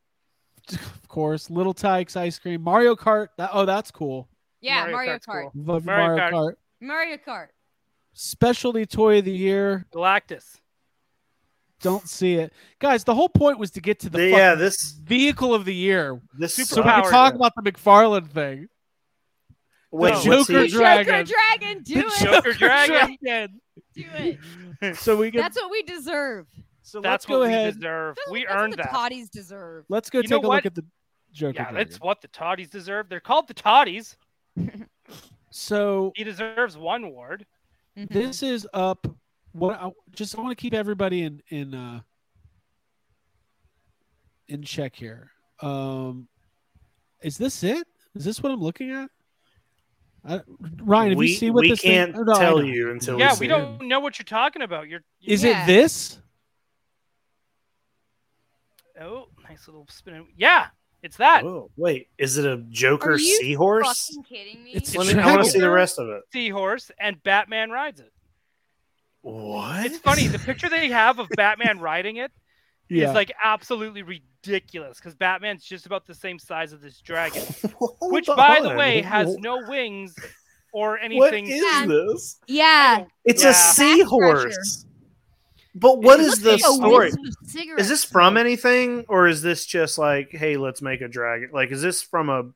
Of course. Little Tykes ice cream. Mario Kart. That, oh, that's cool. Yeah, Mario, Kart's Kart. cool. Love Mario Mario, Kart. Mario Kart. Specialty toy of the year. Galactus. Don't see it, guys. The whole point was to get to the The- yeah, fucking this vehicle of the year. this Super So we sucks. can Power. talk about the McFarlane thing. Wait, No. what's Joker he- Dra- Dragon. Joker Dragon. Do it. Joker Dragon. Do it. So we can. That's what we deserve. so let's That's go what ahead. we deserve. That's We what- that's earned what the that. Toddies deserve. Let's go You know take a look what? at the Joker. yeah, Dragon. that's what the Toddies deserve. They're called the Toddies. So He deserves one award. Mhm. this is up what I just I want to keep everybody in in uh in check here. Um is this it? Is this what I'm looking at? I, Ryan, have we you see what we this thing- can't oh, no, I tell know. you until yeah, we, we see it. don't know what you're talking about. You're. you- Is Yeah. it this? Oh, nice little spin. Yeah, it's that. Whoa, wait, is it a Joker Are you seahorse? Fucking kidding me? It's Let me, I want Dragon. to see the rest of it. Seahorse and Batman rides it. What? It's funny. The picture they have of Batman riding it is like absolutely ridiculous because Batman's just about the same size as this dragon, Hold which, by the on. way, has no wings or What anything. is Yeah. this? Yeah. It's Yeah. a seahorse. But what What Looks is the like a story? wisp of cigarettes. Is this from anything, or is this just like, hey, let's make a dragon? Like, is this from a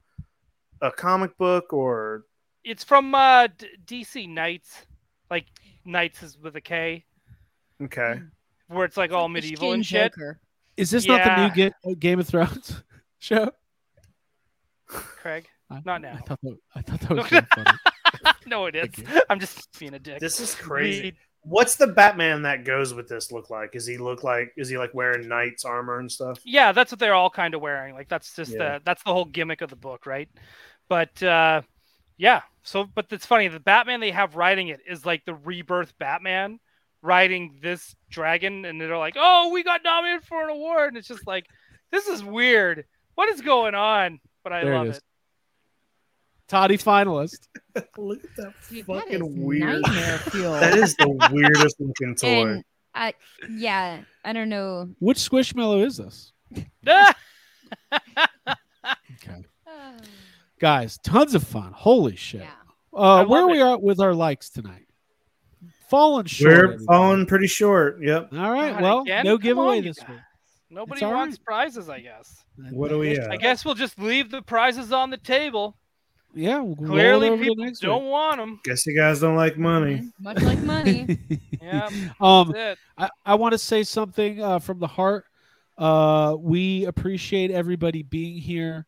a comic book or It's from uh, D- DC Knights, like Knights is with a K, okay? where it's like all medieval and Christian shit. Joker. Is this not the new Ga- Game of Thrones show? Craig, I- Not now. I thought that, I thought that was really funny. no, it is. Thank I'm just being a dick. This is crazy. We- What's the Batman that goes with this look like? Is he look like? Is he like wearing knight's armor and stuff? yeah, that's what they're all kind of wearing. Like that's just Yeah. the that's the whole gimmick of the book, right? But uh, yeah, so but it's funny. The Batman they have riding it is like the rebirth Batman riding this dragon, and they're like, "Oh, we got nominated for an award," and it's just like, "This is weird. What is going on?" But I There it love is. it. Toddy finalist. Look at that Dude, that is fucking weird. nightmare fuel. That is the weirdest looking toy. and I, yeah, I don't know. Which squishmallow is this? Guys, tons of fun. Holy shit. Yeah. Uh, where are love we at with our likes tonight? Fallen short. We're everybody. falling pretty short. Yep. All right. God, well, again? no Come giveaway on, you this guys. week. Nobody It's all wants prizes, I guess. What are we at? I guess we'll just leave the prizes on the table. Yeah. We'll roll it Clearly, over to people next don't want them. Guess you guys don't like money. Much like money. week. Yeah, um, that's it. I, I want to say something uh, from the heart. Uh, we appreciate everybody being here.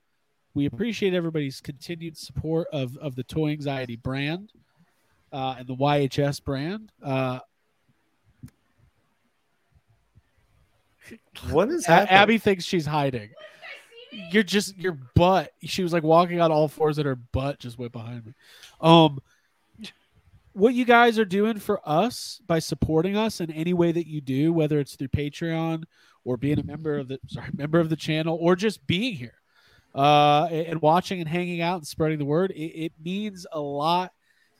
We appreciate everybody's continued support of, of the Toy Anxiety brand uh, and the YHS brand. Uh, What is A- that? Abby thinks she's hiding. You're just your butt. She was like walking on all fours, and her butt just went behind me. Um, what you guys are doing for us by supporting us in any way that you do, whether it's through Patreon or being a member of the sorry member of the channel or just being here uh, and, and watching and hanging out and spreading the word, it, it means a lot.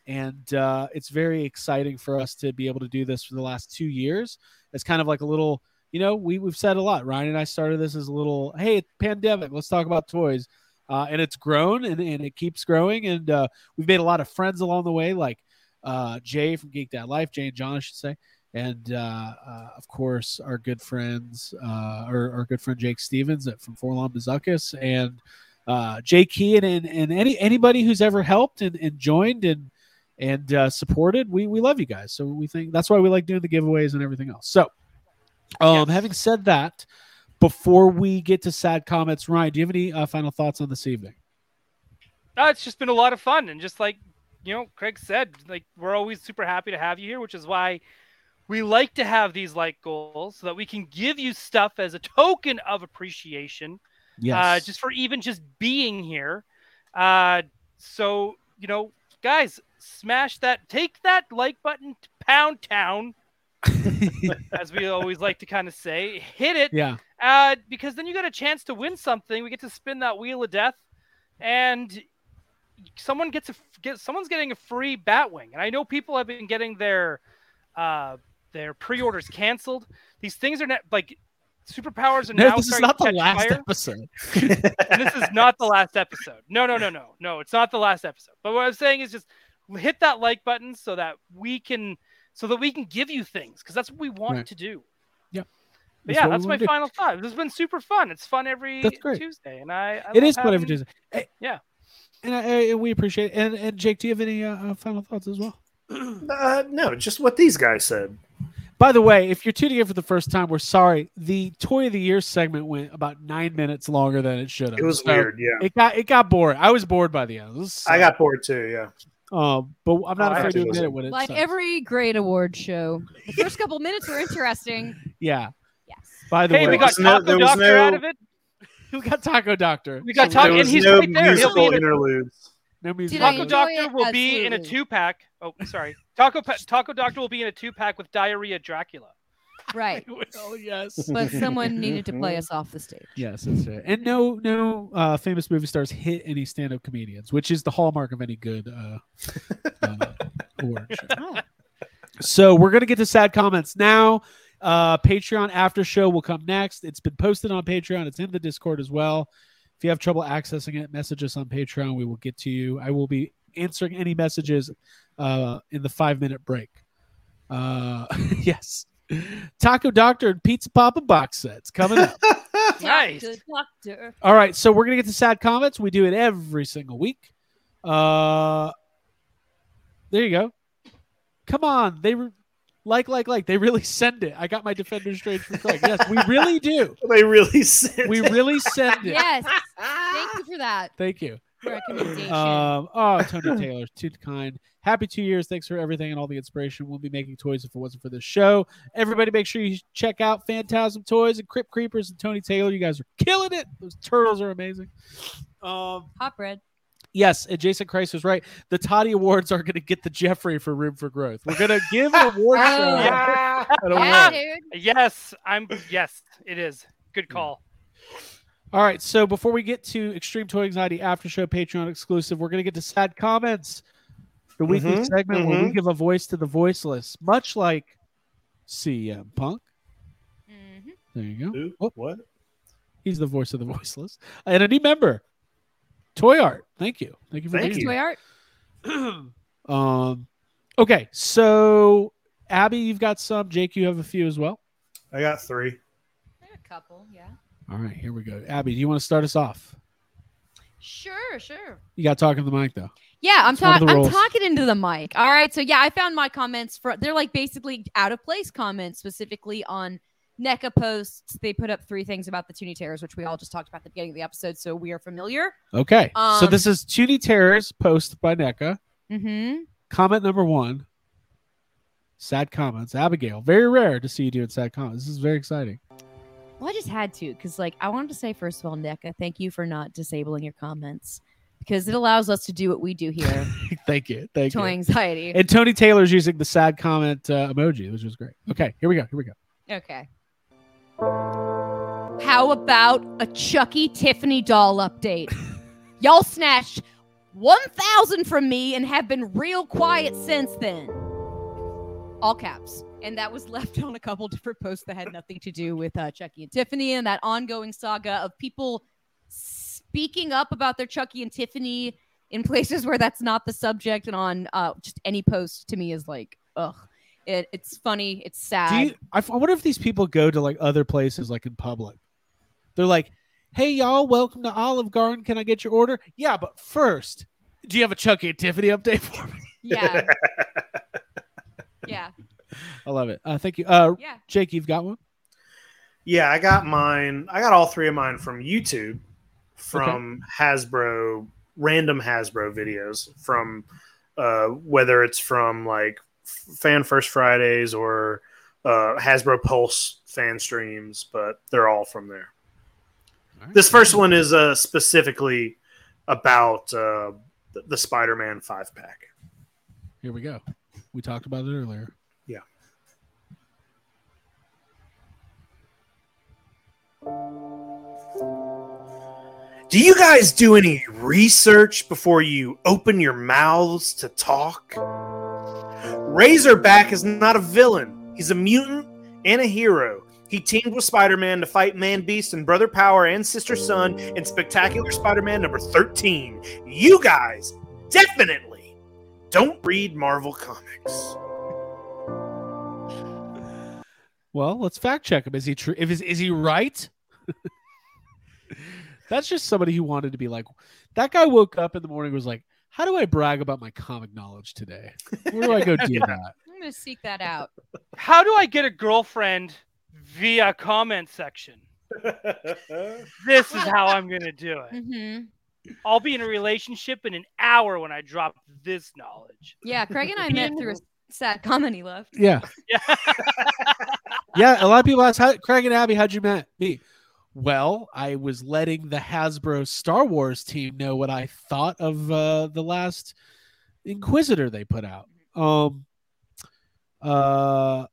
And uh, it's very exciting for us to be able to do this for the last two years. It's kind of like a little you know, we, we've said a lot. Ryan and I started this as a little, hey, pandemic, let's talk about toys. Uh, and it's grown and, and it keeps growing. And uh, we've made a lot of friends along the way, like uh, Jay from Geek Dad Life, Jay and John, I should say. And uh, uh, of course, our good friends, uh, our, our good friend Jake Stevens at, from Forlon Bazukas and uh, Jay Kean and, and any anybody who's ever helped and, and joined and and uh, supported. We, we love you guys. So we think that's why we like doing the giveaways and everything else. So um, Yes. Having said that, before we get to sad comments, Ryan, do you have any uh, final thoughts on this evening? Uh, No, it's just been a lot of fun, and just like you know, Craig said, like we're always super happy to have you here, which is why we like to have these like goals so that we can give you stuff as a token of appreciation, uh, just for even just being here. Uh, so you know, guys, smash that, take that like button, to pound town, as we always like to kind of say, hit it. yeah. uh, because then you got a chance to win something. We get to spin that wheel of death, and someone gets a get someone's getting a free Batwing. And I know people have been getting their uh, their pre-orders canceled. These things are not like superpowers are No, now this is starting not to the catch last fire. episode. And this is not the last episode. No, no, no, no, no. It's not the last episode. But what I'm saying is just hit that like button so that we can so that we can give you things because that's what we want Right. to do. But That's yeah, what we that's wanna my do. final thought. This has been super fun. It's fun every That's great. Tuesday, and I, I It love is whatever having- it is. Eh, Yeah. And I, I- we appreciate it. And, and Jake, do you have any uh, uh, final thoughts as well? Uh, no, just what these guys said. By the way, if you're tuning in for the first time, we're sorry. The Toy of the Year segment went about nine minutes longer than it should have. It was So weird. Yeah, It got it got boring. I was bored by the end. It was- I got bored too. Yeah, um, but I'm not Oh, I afraid to actually admit was- it when it like sucks. every great award show, the first couple minutes were interesting. yeah. Yes. By the Hey, way, we got There was no- Taco there was Doctor no- out of it. we got Taco Doctor. We got So Taco, there and was he's no right there. He'll be musical in a- interludes. No music. Did I Taco enjoy Doctor it? will be in a Absolutely. two pack. Oh, sorry. Taco pa- Taco Doctor will be in a two pack with Diarrhea Dracula. Right. Oh yes. But someone needed to play us off the stage. yes, that's it. And no, no uh, famous movie stars hit any stand-up comedians, which is the hallmark of any good uh, uh, award show. So we're gonna get to sad comments now. Uh, Patreon after show will come next. It's been posted on Patreon. It's in the Discord as well. If you have trouble accessing it, message us on Patreon. We will get to you. I will be answering any messages uh, in the five minute break. Uh, yes. Taco Doctor and Pizza Papa box sets coming up. Nice. Doctor, doctor. All right, so we're gonna get to sad comments. We do it every single week. Uh, there you go. Come on, they re- like, like, like. They really send it. I got my defender straight from Craig. Yes, we really do. They really sent We it. really send it. Yes. Thank you for that Thank you. recommendation. Um, oh, Tony Taylor, too kind. Happy two years. Thanks for everything and all the inspiration. We'll be making toys if it wasn't for this show. Everybody, make sure you check out Phantasm Toys and Crypt Creepers and Tony Taylor. You guys are killing it. Those turtles are amazing. Um, Hot bread. Yes, and Jason Christ was right. The Toddy Awards are going to get the Jeffrey for Room for Growth. We're going to give an award Oh, show an award. Yeah, dude. Yes, I'm. Yes, it is. Hmm. Good call. All right, so before we get to Extreme Toy Anxiety After Show Patreon exclusive, we're going to get to sad comments, the weekly Mhm, segment where we mhm. give a voice to the voiceless, much like CM Punk. Mhm. There you go. Who? Oh. What? He's the voice of the voiceless, and a new member, Toy Art. Thank you, thank you for Thank being Thanks, you. Toy Art. Um, okay, so Abby, you've got some. Jake, you have a few as well. I got three. A couple, yeah. All right, here we go. Abby, do you want to start us off? Sure, sure. You got talking to the mic though. Yeah, I'm It's one of talking. the I'm rules. talking into the mic. All right, so yeah, I found my comments for they're like basically out of place comments, specifically on NECA posts. They put up three things about the Toonie Terrors, which we all just talked about at the beginning of the episode, so we are familiar. Okay, so Um, this is Toonie Terrors post by NECA. Mm-hmm. Comment number one. Sad comments, Abigail. Very rare to see you doing sad comments. This is very exciting. Well, I just had to because, like, I wanted to say first of all, NECA, thank you for not disabling your comments because it allows us to do what we do here, Thank you, thank toy you. anxiety. And Tony Taylor's using the sad comment uh, emoji, which was great. Okay, here we go. Here we go. Okay. How about a Chucky Tiffany doll update? Y'all snatched 1,000 from me and have been real quiet since then. All caps. And that was left on a couple different posts that had nothing to do with uh, Chucky and Tiffany and that ongoing saga of people speaking up about their Chucky and Tiffany in places where that's not the subject and on uh, just any post to me is like, ugh. It, it's funny. It's sad. Do you, I, f- I wonder if these people go to like other places, like in public. They're like, "Hey, y'all, welcome to Olive Garden. Can I get your order?" Yeah, but first, do you have a Chucky and Tiffany update for me? Yeah. yeah. I love it. Uh, thank you, uh, Yeah. Jake. You've got one. Yeah, I got mine. I got all three of mine from YouTube, from Hasbro, random Hasbro videos, from uh, whether it's from like Fan First Fridays or uh, Hasbro Pulse fan streams, but they're all from there. This first one is uh, specifically about uh, the- the Spider Man five pack. Here we go. We talked about it earlier. Yeah. Do you guys do any research before you open your mouths to talk? Razorback is not a villain. He's a mutant and a hero. He teamed with Spider Man to fight Man Beast and Brother Power and Sister Sun in Spectacular Spider Man number 13. You guys definitely don't read Marvel comics. Well, let's fact check him. Is he true? If is is he right? That's just somebody who wanted to be like that guy. Woke up in the morning and was like, "How do I brag about my comic knowledge today? Where do I go do that?" I'm going to seek that out. How do I get a girlfriend via comment section? This is how I'm gonna do it. hmm I'll be in a relationship in an hour when I drop this knowledge. Yeah. Craig and I met through a sad comment he left. Yeah, Yeah. yeah. A lot of people ask, how, "Craig and Abby, how'd you met me?" Well, I was letting the Hasbro Star Wars team know what I thought of uh, the last Inquisitor they put out. Um, uh,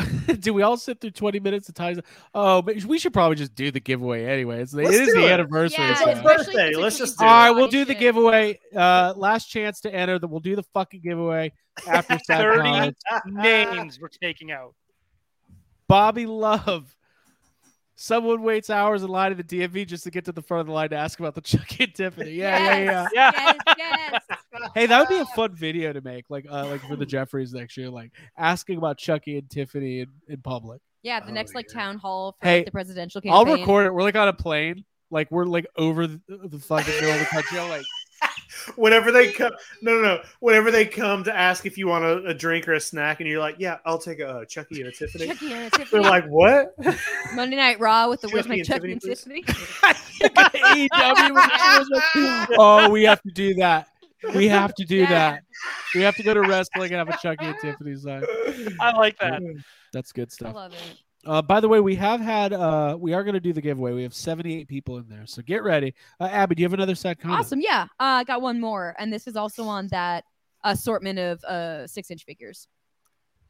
do we all sit through 20 minutes of ties? Oh, but we should probably just do the giveaway anyway. It's, it Let's is do the it. anniversary. Yeah, so- It's my birthday. especially Let's since we just do do All it. right, lot we'll of do the shit. giveaway. Uh, last chance to enter. That we'll do the fucking giveaway after Sad 30 Times. Names we're taking out. Bobby Love. Someone waits hours in line at the DMV just to get to the front of the line to ask about the Chuck and Tiffany. Yeah, yeah, yeah. Yes, yeah. yes, yes. Hey, that would be a fun video to make, like uh, like for the Jeffries next year, like asking about Chucky and Tiffany in, in public. Yeah, the next like town hall for Oh, Hey, like, the presidential I'll campaign. record it. We're like on a plane, like we're like over the, the fucking middle of the country. I'm like, Whenever they come, no, no, no. Whenever they come to ask if you want a, a drink or a snack, and you're like, "Yeah, I'll take a uh, Chucky and a Tiffany." Chucky and They're Tiffany. like, "What?" E. Monday Night Raw with the Where's E. My Chucky E. and Chucky and Tiffany, Tiffany? AEW was- I was like, oh, we have to do that. We have to do Yeah. that. We have to go to wrestling and have a Chucky and Tiffany's night. I like that. That's good I stuff. love it. Uh, by the way, we have had uh, we are going to do the giveaway. We have 78 people in there, so get ready. Uh, Abby, do you have another sad comment? Awesome. Yeah. Uh, I got one more. And this is also on that assortment of uh, six inch figures.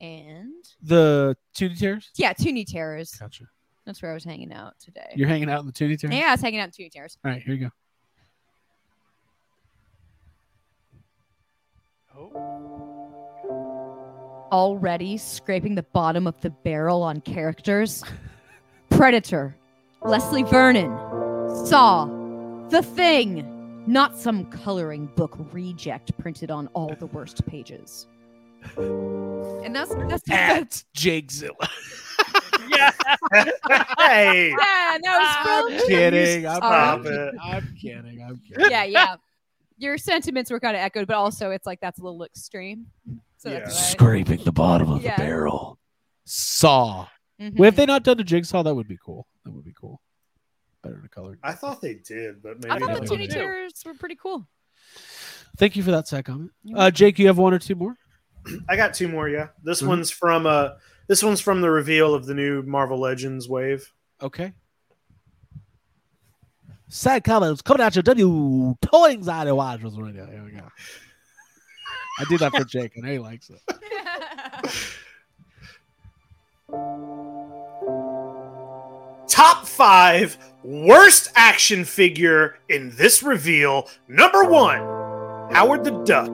And The tuning tears. yeah, Toonie Terrors. Gotcha. That's where I was hanging out today. You're hanging out in the tuning tears. yeah, I was hanging out in Toonie Terrors. All right, here you go. already scraping the bottom of the barrel on characters Predator, Leslie Vernon, Saw, The Thing, not some coloring book reject printed on all the worst pages. And that's that's At Jake Zilla. Yeah. hey, yeah, that was from kidding. I'm, Stop it. I'm kidding. I'm kidding. yeah, yeah. Your sentiments were kind of echoed, but also it's like that's a little extreme. So Yeah. that's all right. Scraping the bottom of Yeah. the barrel. Saw. Mhm. Well, if they not done a jigsaw, that would be cool. That would be cool. Better than a colored. I thought they did, but maybe I they thought the didn't. Tuning Toonie Terrors were pretty cool. Thank you for that sad comment. You're Uh, Jake, you have one or two more. I got two more. Yeah, this Mhm. one's from uh, this one's from the reveal of the new Marvel Legends wave. Okay. Sad comments coming at you. W toying Zado Watchers right now. There we go. I did that for Jake. I know he likes it. Top five worst action figure in this reveal. Number one, Howard the Duck.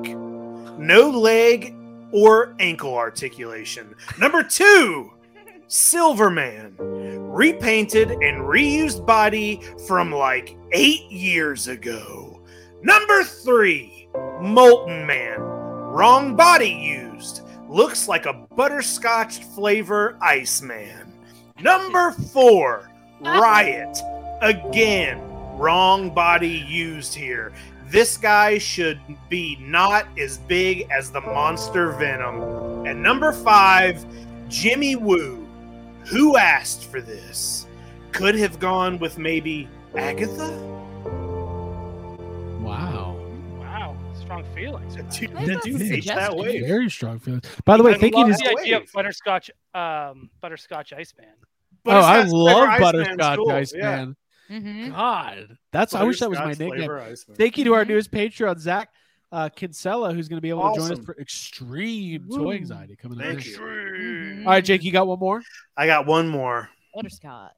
No leg or ankle articulation. Number two, Silverman. Repainted and reused body from like eight years ago. Number three, Molten Man. Wrong body used. Looks like a butterscotch flavor Iceman. Number four, Riot. Again, wrong body used here. This guy should be not as big as the monster Venom. And number five, Jimmy Woo. Who asked for this? Could have gone with maybe Agatha? Wow. Wow. Strong feelings. That dude, That's that dude a hates that suggestion. wave. Very strong feelings. By the way, I thank you to love the idea of Wave. butterscotch, um, butterscotch Iceman. Oh, I Butterscotch flavor love Iceman's Butterscotch cool, Ice yeah. Man. Mhm. God. That's I wish that was my Butterscotch nickname. flavor Iceman. Thank you to our newest Patreon, Zach uh, Kinsella, who's going to be able to join us Awesome. for Extreme Woo. Toy Anxiety coming up. Thank next. you. Mhm. All right, Jake, you got one more? I got one more. Butterscotch.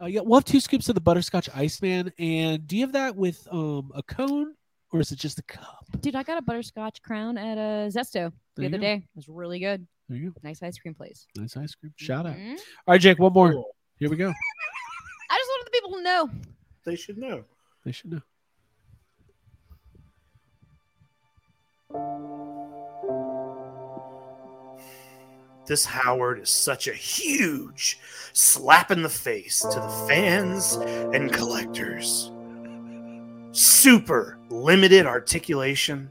Uh, yeah, we'll have two scoops of the butterscotch Iceman. And do you have that with um, a cone or is it just a cup? Dude, I got a butterscotch crown at a Zesto the There you other go. day. It was really good. There you go. Nice ice cream place. Nice ice cream. Shout out. Mhm. All right, Jake, one more. Here we go. I just wanted the people to know. They should know. They should know. This Howard is such a huge slap in the face to the fans and collectors. Super limited articulation,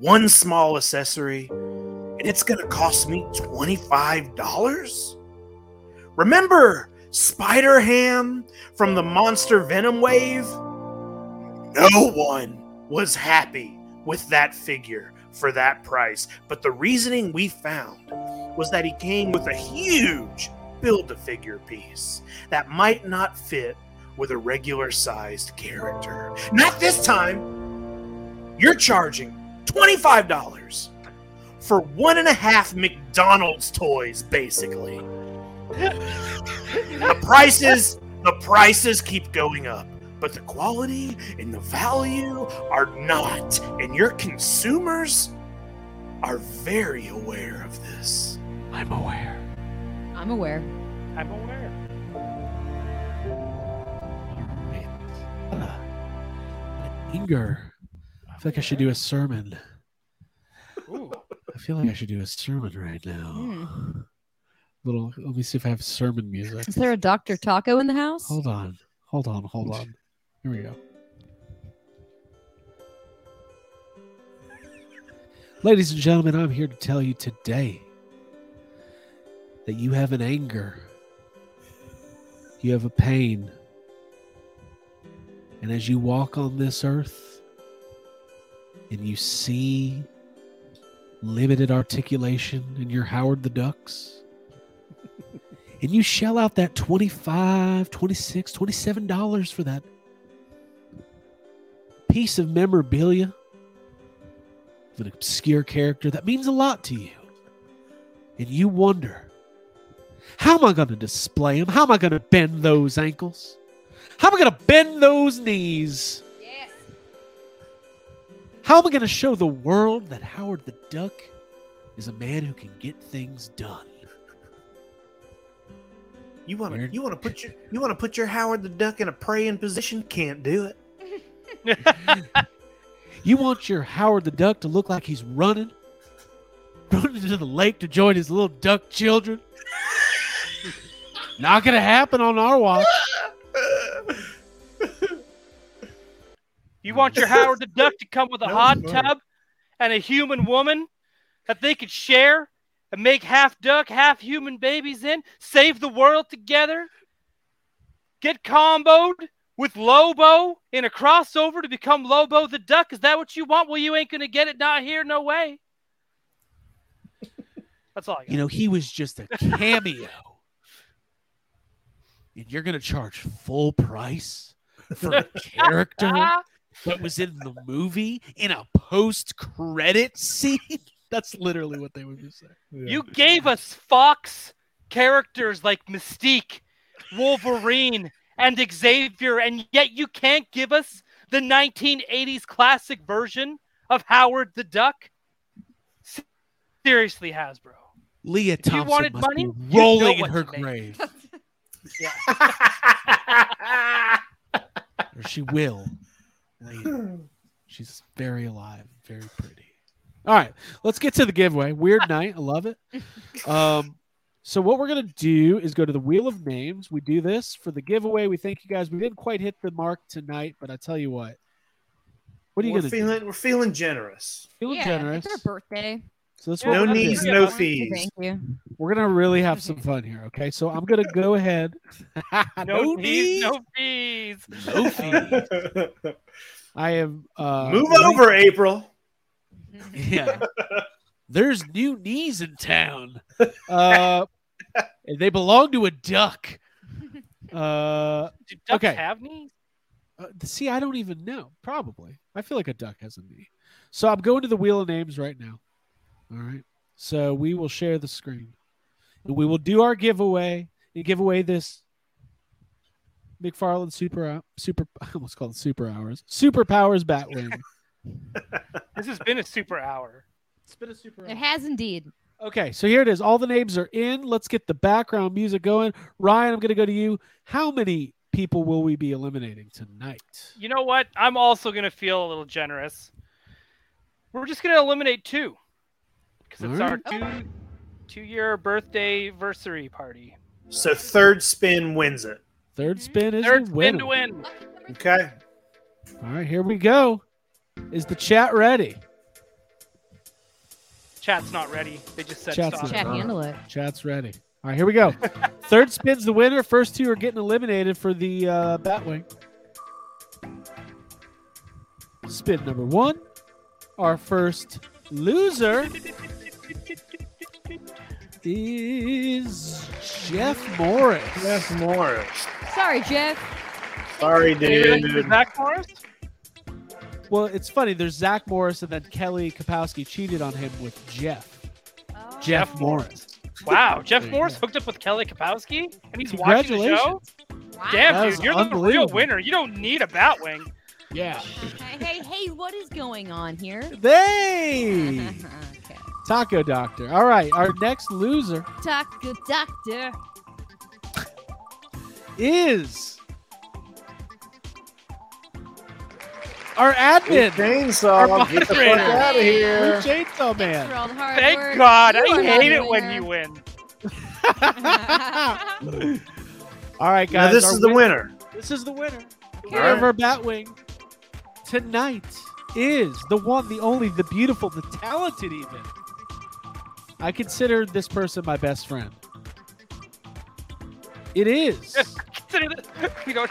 one small accessory, and it's going to cost me $25? Remember Spider Ham from the Monster Venom Wave? No one was happy with that figure for that price, but the reasoning we found was that he came with a huge build a figure piece that might not fit with a regular sized character. Not this time! You're charging $25 for one and a half McDonald's toys, basically. the prices, the prices keep going up, but the quality and the value are not, and your consumers are very aware of this. I'm aware. I'm aware. I'm aware. Anger. I feel like I should do a sermon. Ooh. I feel like I should do a sermon right now. Little. Let me see if I have sermon music. Hmm. Is there a Dr. Taco in the house? Hold on. Hold on. Hold on. Here we go. Ladies and gentlemen, I'm here to tell you today that you have an anger, you have a pain. And as you walk on this earth and you see limited articulation and you're Howard the Ducks, and you shell out that 25 26 27 dollars for that piece of memorabilia of an obscure character that means a lot to you and you wonder how am i going to display them how am i going to bend those ankles how am i going to bend those knees Yes. how am i going to show the world that howard the duck is a man who can get things done You want to Weird. you want to put your you want to put your Howard the Duck in a praying position? Can't do it. You want your Howard the Duck to look like he's running, running to the lake to join his little duck children? Not gonna happen on our watch. You want your Howard the Duck to come with a That hot was funny. tub and a human woman that they could share and make half duck, half human babies in, save the world together, get comboed with Lobo in a crossover to become Lobo the Duck. Is that what you want? Well, you ain't gonna get it. Not here, no way. That's all. I got. You know, he was just a cameo. and you're gonna charge full price for a character Ah, that was in the movie in a post credit scene? That's literally what they would be saying. You gave us Fox characters like Mystique, Wolverine, and Xavier, and yet you can't give us the 1980s classic version of Howard the Duck? Se- Seriously, Hasbro. Leah you Thompson wanted must money, be you know rolling in what her to make. grave. That's or she will later. She's very alive, very pretty. All right, let's get to the giveaway. Weird night, I love it. Um, so what we're gonna do is go to the wheel of names. We do this for the giveaway. We thank you guys. We didn't quite hit the mark tonight, but I tell you what, what are you we're gonna feeling we're feeling generous. do? Feeling yeah, generous. It's our birthday. So that's what No we're gonna knees, do. no Thank you, fees. Thank you. We're gonna really have some fun here. Okay, so I'm gonna go ahead. No fees, no fees. no fees. I am uh, Move right- over, April. Mm-hmm. Yeah. There's new knees in town. Uh, and they belong to a duck. Uh, Do ducks Okay. have knees? uh, see, I don't even know. Probably. I feel like a duck has a knee. So I'm going to the wheel of names right now. All right. So we will share the screen. And we will do our giveaway and give away this McFarland Super Hou- Super I almost called it Super Hours. Superpowers Batwing. This has been a super hour. it's been a super It has indeed. Okay, so here it is. All the names are in. Let's get the background music going. Ryan, I'm going to go to you. How many people will we be eliminating tonight? You know what? I'm also going to feel a little generous. We're just going to eliminate two because it's our Alright. two two year birthday versary party. So third spin wins it. Third spin is Third the winner. win to win. Okay. All right, here we go. Is the chat ready? Chat's not ready. They just said Chat's stop. not Chat handle it. Chat's ready. All right, here we go. Third spin's the winner. First two are getting eliminated for the uh, Batwing. Spin number one. Our first loser is Jeff Morris. Jeff Morris. Sorry, Jeff. Sorry, Is dude. that Morris? Well, it's funny. There's Zach Morris, and then Kelly Kapowski cheated on him with Jeff. Oh. Jeff Morris. Wow, Jeff There you Morris go. hooked up with Kelly Kapowski, and he's watching the show. Congratulations. Wow. Damn, That dude, is you're the real unbelievable. winner. You don't need a bat wing. Yeah. hey, hey, what is going on here? They okay. Taco Doctor. All right, our next loser Doctor, doctor. is our admin, our Chainsaw, get the fuck moderator. out of Blue here. Chainsaw Thanks for Man. all the hard Thank work. God. You I are hate the it when winner. you win. All right, Now, guys. this our is the win- winner. This is the winner. The All winner of right. our Batwing tonight is the one, the only, the beautiful, the talented, even. I consider this person my best friend. It is. Consider this- we don't.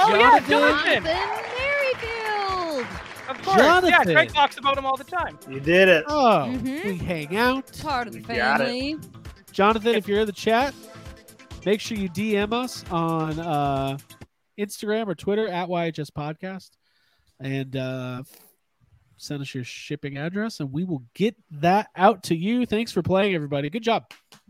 Oh, yeah, Jonathan. Jonathan Merrifield. Of course. Yeah, Jonathan. Craig talks about him all the time. You did it. Oh, Mhm. we hang out. Part of the You got it. family. Jonathan, if you're in the chat, make sure you DM us on uh, Instagram or Twitter at YHS Podcast and uh, send us your shipping address, and we will get that out to you. Thanks for playing, everybody. Good job.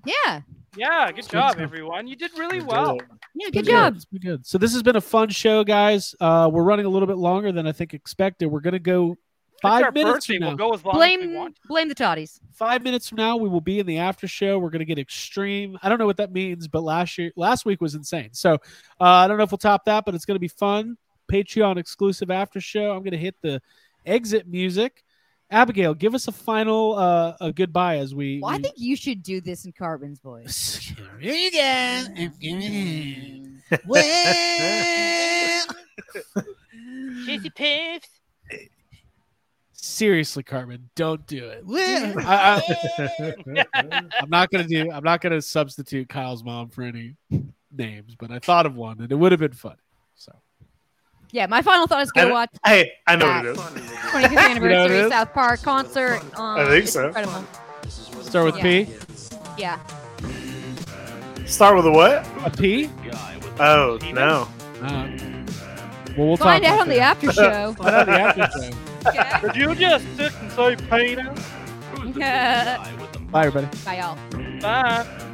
Yeah. Yeah, good Good job, stuff. everyone. You did really You did well. it. Yeah, It's good been job. It's been good. So this has been a fun show, guys. Uh, we're running a little bit longer than I think expected. We're gonna go it's five our minutes birthday. from now. We'll go as long as we Blame want. blame the toddies. five minutes from now we will be in the after show we're going to get extreme i don't know what that means but last year last week was insane so uh, i don't know if we'll top that but it's going to be fun patreon exclusive after show i'm going to hit the exit music abigail give us a final uh, a goodbye as we, Well, I we- think you should do this in Carbon's voice. Here you go. I'm giving it. Well, Jizzy Piffs. seriously carmen don't do it well. I, I, i'm not going to do i'm not going to substitute kyle's mom for any names but i thought of one and it would have been fun so Yeah, my final thought is go And- watch Hey, I know what it is. 25th You know what anniversary it is? South Park concert. Um, I think it's so. Incredible. Start with P. Yeah. Start with a what? a p Guy with the Oh, penis. no. Uh, well, we'll Find talk out about on the that. after show. Find out the after show. okay. Did you just sit and say penis? Who's the big Yeah. guy with the Bye, everybody. Bye, y'all. Bye.